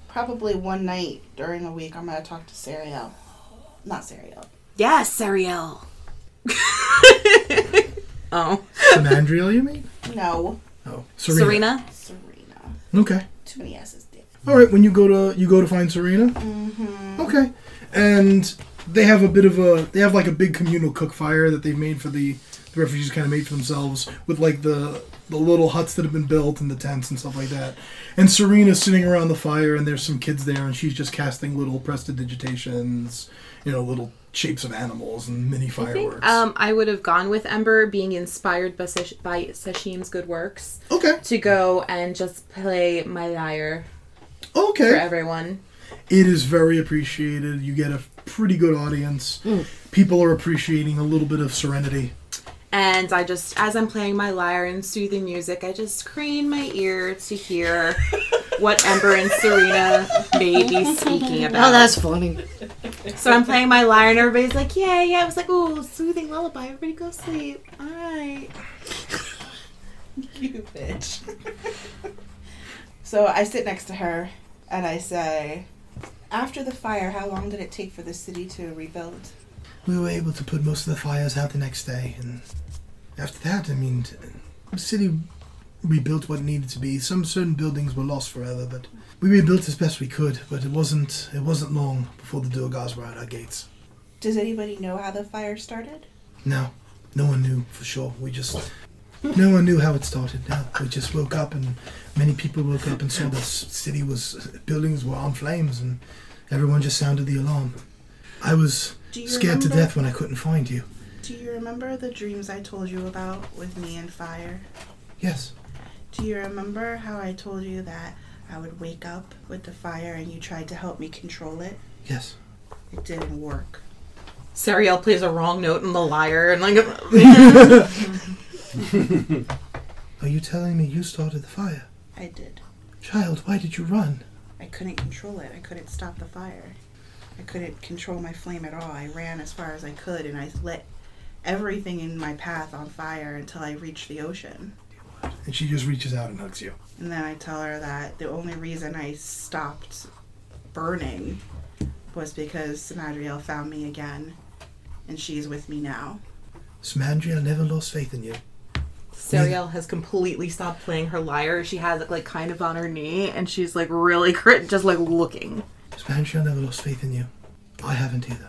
[SPEAKER 2] Probably one night during the week, I'm gonna talk to Sariel. Not Sariel.
[SPEAKER 4] Yes, Ariel. oh,
[SPEAKER 1] Samandriel, you mean?
[SPEAKER 2] No,
[SPEAKER 1] Oh, Serena.
[SPEAKER 4] Serena.
[SPEAKER 2] Serena.
[SPEAKER 1] Okay.
[SPEAKER 2] Too many S's. Dick.
[SPEAKER 1] All right. When you go to you go to find Serena. Mm-hmm. Okay. And they have a bit of a they have like a big communal cook fire that they've made for the the refugees kind of made for themselves with like the the little huts that have been built and the tents and stuff like that. And Serena's sitting around the fire and there's some kids there and she's just casting little prestidigitations, you know, little shapes of animals and mini
[SPEAKER 4] I think
[SPEAKER 1] fireworks.
[SPEAKER 4] um, I would have gone with Ember, being inspired by, Sash- by Sashim's good works,
[SPEAKER 1] okay.
[SPEAKER 4] to go and just play my lyre
[SPEAKER 1] Okay.
[SPEAKER 4] for everyone.
[SPEAKER 1] it is very appreciated. You get a pretty good audience. People are appreciating a little bit of serenity.
[SPEAKER 4] And I just, as I'm playing my lyre and soothing music, I just crane my ear to hear what Ember and Serena may be speaking about.
[SPEAKER 8] Oh, that's funny.
[SPEAKER 4] So I'm playing my lyre, and everybody's like, "Yeah, yeah." I was like, "Oh, soothing lullaby. Everybody go sleep. All right."
[SPEAKER 2] You bitch. so I sit next to her and I say, After the fire, how long did it take for the city to rebuild?
[SPEAKER 1] We were able to put most of the fires out the next day, and after that, I mean, t- the city rebuilt what needed to be. Some certain buildings were lost forever, but we rebuilt as best we could. But it wasn't it wasn't long before the Durgars were at our gates.
[SPEAKER 2] Does anybody know how the fire started?
[SPEAKER 1] No, no one knew for sure. We just no one knew how it started. No, we just woke up, and many people woke up and saw the s- city was buildings were on flames, and everyone just sounded the alarm. I was
[SPEAKER 2] Do you
[SPEAKER 1] scared to
[SPEAKER 2] remember-
[SPEAKER 1] death when I couldn't find you.
[SPEAKER 2] Do you remember the dreams I told you about with me and fire?
[SPEAKER 1] Yes.
[SPEAKER 2] Do you remember how I told you that I would wake up with the fire and you tried to help me control it?
[SPEAKER 1] Yes.
[SPEAKER 2] It didn't work.
[SPEAKER 4] Sariel plays a wrong note in the lyre, and like,
[SPEAKER 1] Are you telling me you started the fire?
[SPEAKER 2] I did.
[SPEAKER 1] Child, why did you run?
[SPEAKER 2] I couldn't control it. I couldn't stop the fire. I couldn't control my flame at all. I ran as far as I could and I lit everything in my path on fire until I reached the ocean.
[SPEAKER 9] And she just reaches out and hugs you.
[SPEAKER 2] And then I tell her that the only reason I stopped burning was because Sinadriel found me again and she's with me now.
[SPEAKER 1] Smandria never lost faith in you.
[SPEAKER 4] Sariel has completely stopped playing her lyre. She has it like kind of on her knee, and she's like really crit, just like looking.
[SPEAKER 1] Smandria never lost faith in you. I haven't either.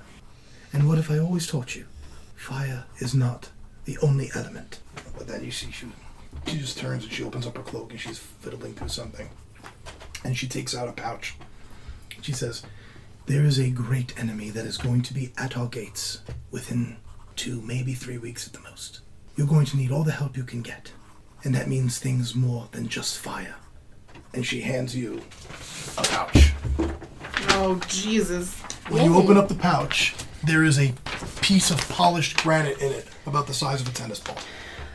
[SPEAKER 1] And what if I always taught you? Fire is not the only element.
[SPEAKER 9] But then you see she, she just turns and she opens up her cloak and she's fiddling through something. And she takes out a pouch.
[SPEAKER 1] She says, There is a great enemy that is going to be at our gates within two, maybe three weeks at the most. You're going to need all the help you can get. And that means things more than just fire.
[SPEAKER 9] And she hands you a pouch.
[SPEAKER 2] Oh, Jesus.
[SPEAKER 9] When you open up the pouch, there is a piece of polished granite in it, about the size of a tennis ball.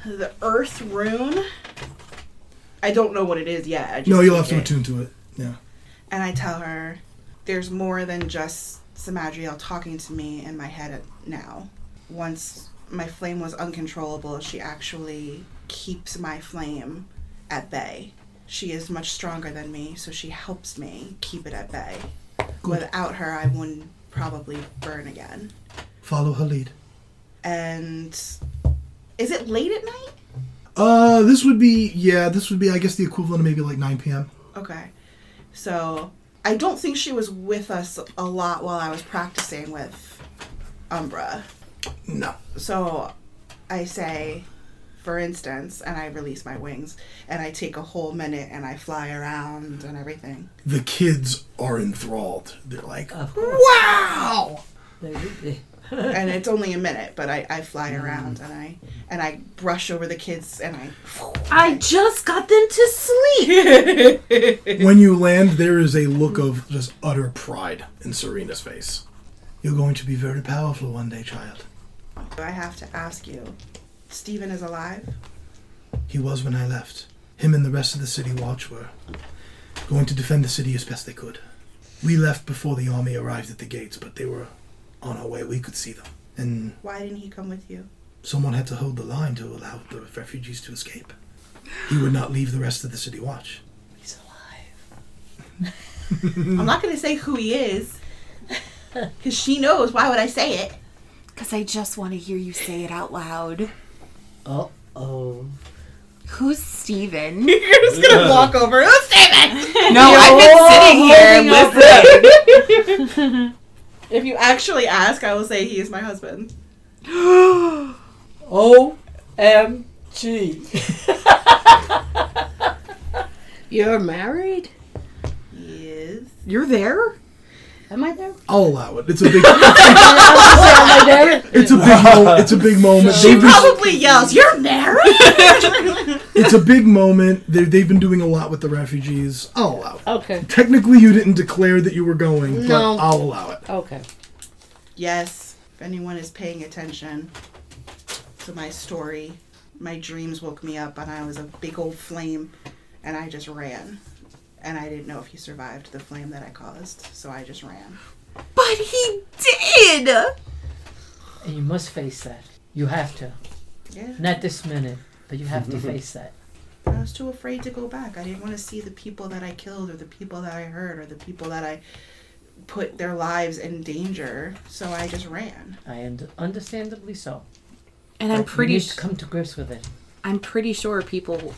[SPEAKER 2] The Earth Rune. I don't know what it is yet. I just
[SPEAKER 9] No, you'll
[SPEAKER 2] see
[SPEAKER 9] have to
[SPEAKER 2] it.
[SPEAKER 9] attune to it. Yeah.
[SPEAKER 2] And I tell her, there's more than just Samadriel talking to me in my head now. Once my flame was uncontrollable, she actually keeps my flame at bay. She is much stronger than me, so she helps me keep it at bay. Without her, I wouldn't probably burn again.
[SPEAKER 1] Follow her lead.
[SPEAKER 2] And is it late at night?
[SPEAKER 1] Uh, this would be, yeah, this would be, I guess, the equivalent of maybe like 9 p.m.
[SPEAKER 2] Okay. So I don't think she was with us a lot while I was practicing with Umbra.
[SPEAKER 9] No.
[SPEAKER 2] So I say, for instance, and I release my wings and I take a whole minute and I fly around and everything.
[SPEAKER 9] The kids are enthralled. They're like,
[SPEAKER 7] Of course.
[SPEAKER 2] Wow!
[SPEAKER 7] They would be.
[SPEAKER 2] and it's only a minute, but I, I fly around and I and I brush over the kids and I
[SPEAKER 4] I just got them to sleep.
[SPEAKER 9] when you land, there is a look of just utter pride in Serena's face.
[SPEAKER 1] You're going to be very powerful one day, child.
[SPEAKER 2] I have to ask you, Steven is alive?
[SPEAKER 1] He was when I left. Him and the rest of the city watch were going to defend the city as best they could. We left before the army arrived at the gates, but they were on our way. We could see them. And
[SPEAKER 2] Why didn't he come with you?
[SPEAKER 1] someone had to hold the line to allow the refugees to escape. He would not leave the rest of the city watch.
[SPEAKER 7] He's alive.
[SPEAKER 2] I'm not gonna say who he is. Cause she knows. Why would I say it?
[SPEAKER 6] Because I just want to hear you say it out loud.
[SPEAKER 7] Uh oh.
[SPEAKER 6] Who's Steven?
[SPEAKER 2] Just gonna walk over. Oh, Steven!
[SPEAKER 4] No, I've been sitting here listening.
[SPEAKER 2] If you actually ask, I will say he is my husband.
[SPEAKER 7] O M G.
[SPEAKER 8] You're married?
[SPEAKER 2] He is.
[SPEAKER 4] You're there.
[SPEAKER 8] Am I there?
[SPEAKER 9] I'll allow it. It's a big,
[SPEAKER 8] Am I there?
[SPEAKER 9] it's a big, mo- it's a big moment. They've been-
[SPEAKER 2] Probably yells, "You're married."
[SPEAKER 9] it's a big moment. they they've been doing a lot with the refugees. I'll allow it.
[SPEAKER 8] Okay.
[SPEAKER 9] Technically, you didn't declare that you were going, but
[SPEAKER 8] No.
[SPEAKER 9] I'll allow it.
[SPEAKER 8] Okay.
[SPEAKER 2] yes. If anyone is paying attention, to my story. My dreams woke me up, and I was a big old flame, and I just ran. And I didn't know if he survived the flame that I caused, so I just ran.
[SPEAKER 4] But he did!
[SPEAKER 7] And you must face that. You have to.
[SPEAKER 2] Yeah.
[SPEAKER 7] Not this minute, but you have to face that.
[SPEAKER 2] I was too afraid to go back. I didn't want to see the people that I killed, or the people that I hurt, or the people that I put their lives in danger. So I just ran.
[SPEAKER 7] I und- understandably so.
[SPEAKER 4] And I'm
[SPEAKER 7] But you
[SPEAKER 4] pretty
[SPEAKER 7] need
[SPEAKER 4] sh-
[SPEAKER 7] to come to grips with it.
[SPEAKER 4] I'm pretty sure people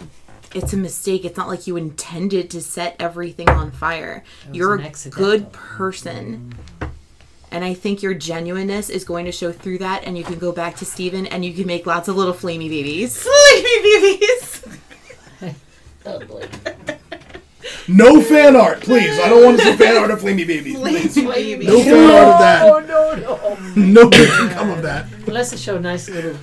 [SPEAKER 4] it's a mistake. It's not like you intended to set everything on fire.
[SPEAKER 7] was
[SPEAKER 4] You're
[SPEAKER 7] an Mm-hmm.
[SPEAKER 4] a
[SPEAKER 7] accident,
[SPEAKER 4] good
[SPEAKER 7] though.
[SPEAKER 4] person. And I think your genuineness is going to show through that and you can go back to Steven and you can make lots of little flamey babies. Flamey babies.
[SPEAKER 1] No fan art, please. I don't want to see fan art of Flamey Babies. Please. No fan art of that.
[SPEAKER 7] no, no.
[SPEAKER 1] No good can come of that.
[SPEAKER 7] Unless it show a nice little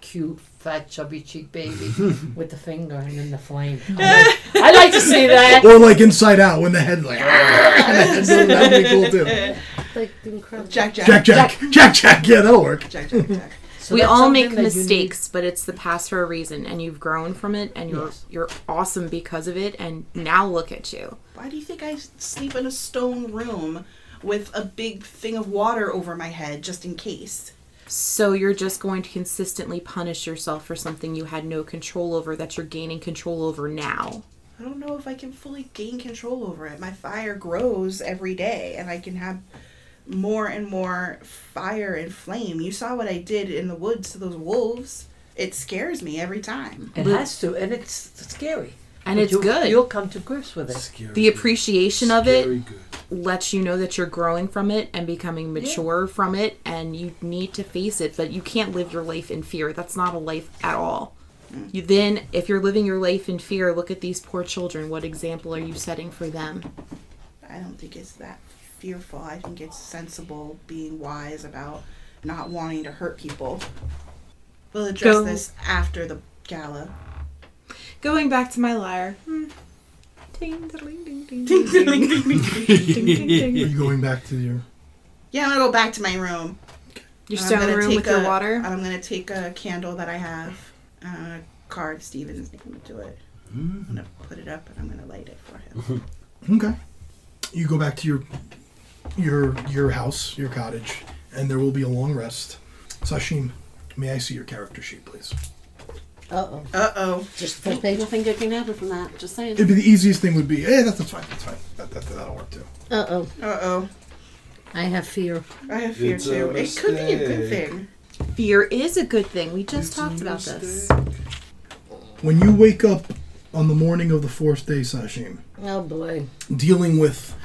[SPEAKER 7] cute, fat, chubby cheek baby with the finger and then the flame. I like, I like to see that.
[SPEAKER 1] Or like Inside Out when the head like. that would be cool too.
[SPEAKER 8] Like the incredible.
[SPEAKER 2] Jack, Jack,
[SPEAKER 1] Jack, Jack, Jack, Jack. Yeah, that'll work.
[SPEAKER 2] Jack, Jack, Jack.
[SPEAKER 7] So
[SPEAKER 4] we
[SPEAKER 7] that's
[SPEAKER 4] all
[SPEAKER 7] something
[SPEAKER 4] make
[SPEAKER 7] that you need-
[SPEAKER 4] mistakes, but it's the past for a reason and you've grown from it and you're you're awesome because of it and now look at you.
[SPEAKER 2] Why do you think I s- sleep in a stone room with a big thing of water over my head just in case?
[SPEAKER 4] So you're just going to consistently punish yourself for something you had no control over that you're gaining control over now.
[SPEAKER 2] I don't know if I can fully gain control over it. My fire grows every day, and I can have more and more fire and flame. You saw what I did in the woods to those wolves. It scares me every time.
[SPEAKER 7] It has to, and it's it's scary.
[SPEAKER 4] And
[SPEAKER 7] But
[SPEAKER 4] it's
[SPEAKER 7] you'll-
[SPEAKER 4] good.
[SPEAKER 7] You'll come to grips with it.
[SPEAKER 5] Scary.
[SPEAKER 4] the appreciation of it
[SPEAKER 5] Very good.
[SPEAKER 4] lets you know that you're growing from it and becoming mature from it and you need to face it but you can't live your life in fear that's not a life at all you then if you're living your life in fear look at these poor children what example are you setting for them
[SPEAKER 2] I don't think it's that fearful. I think it's sensible, being wise about not wanting to hurt people. We'll address
[SPEAKER 4] Go-
[SPEAKER 2] this after the gala.
[SPEAKER 4] going back to my lyre Hmm. Ding, ding, ding, ding, ding, ding, ding,
[SPEAKER 10] Are
[SPEAKER 4] ding.
[SPEAKER 10] you going back to your?
[SPEAKER 2] Yeah, I'm gonna go back to my room. And I'm
[SPEAKER 4] your stone
[SPEAKER 2] gonna
[SPEAKER 4] room
[SPEAKER 2] take
[SPEAKER 4] with your
[SPEAKER 2] a-
[SPEAKER 4] water
[SPEAKER 2] and I'm gonna take a candle that I have, and I'm gonna carve Steven's name into it. I'm gonna put it up, and I'm gonna light it for him.
[SPEAKER 10] Okay. You go back to your your your house, your cottage, and there will be a long rest. Sashim, may I see your character sheet, please?
[SPEAKER 8] Uh oh.
[SPEAKER 2] uh oh.
[SPEAKER 8] Just full page.
[SPEAKER 6] Nothing good can happen from that. Just saying.
[SPEAKER 10] It'd be the easiest thing would be, hey, that's, that's fine, that's fine. That, that, that'll work too.
[SPEAKER 8] Uh oh.
[SPEAKER 2] Uh oh.
[SPEAKER 8] I have fear.
[SPEAKER 2] I have fear
[SPEAKER 5] It's a
[SPEAKER 2] too. It could be a good
[SPEAKER 5] mistake.
[SPEAKER 2] thing.
[SPEAKER 4] fear is a good thing we just talked about this
[SPEAKER 10] When you wake up on the morning of the fourth day, Sashim,
[SPEAKER 8] Oh boy.
[SPEAKER 10] dealing with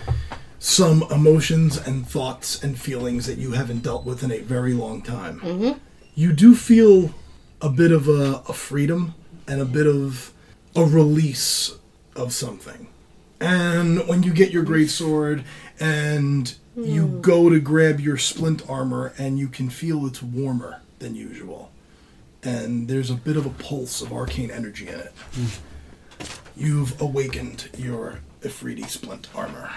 [SPEAKER 10] some emotions and thoughts and feelings that you haven't dealt with in a very long time. You do feel a bit of a, a freedom and a bit of a release of something. And when you get your great sword and you go to grab your splint armor and you can feel it's warmer than usual. And there's a bit of a pulse of arcane energy in it. You've awakened your Ifriti splint armor.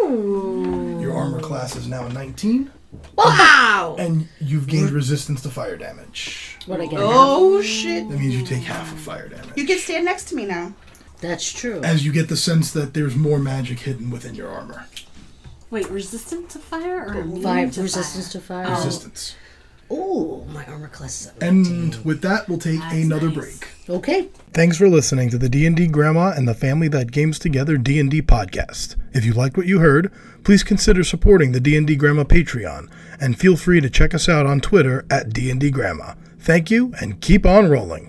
[SPEAKER 10] Your armor class is now 19,
[SPEAKER 4] wow
[SPEAKER 10] and you've gained resistance to fire damage.
[SPEAKER 8] What I get.
[SPEAKER 2] Oh shit.
[SPEAKER 10] That means you take half of fire damage.
[SPEAKER 2] You can stand next to me now.
[SPEAKER 8] That's true.
[SPEAKER 10] As you get the sense that there's more magic hidden within your armor.
[SPEAKER 6] Wait, resistant to fire or immune
[SPEAKER 8] Fire
[SPEAKER 6] to
[SPEAKER 8] resistance
[SPEAKER 6] fire?
[SPEAKER 8] to fire.
[SPEAKER 10] Resistance.
[SPEAKER 8] Oh, my armor class is up.
[SPEAKER 10] And with that, we'll take
[SPEAKER 6] That's
[SPEAKER 10] another
[SPEAKER 6] nice.
[SPEAKER 10] break.
[SPEAKER 8] Okay.
[SPEAKER 1] Thanks for listening to the D&D Grandma and the Family That Games Together D&D podcast. If you liked what you heard, please consider supporting the D&D Grandma Patreon and feel free to check us out on Twitter at D&D Grandma. Thank you and keep on rolling.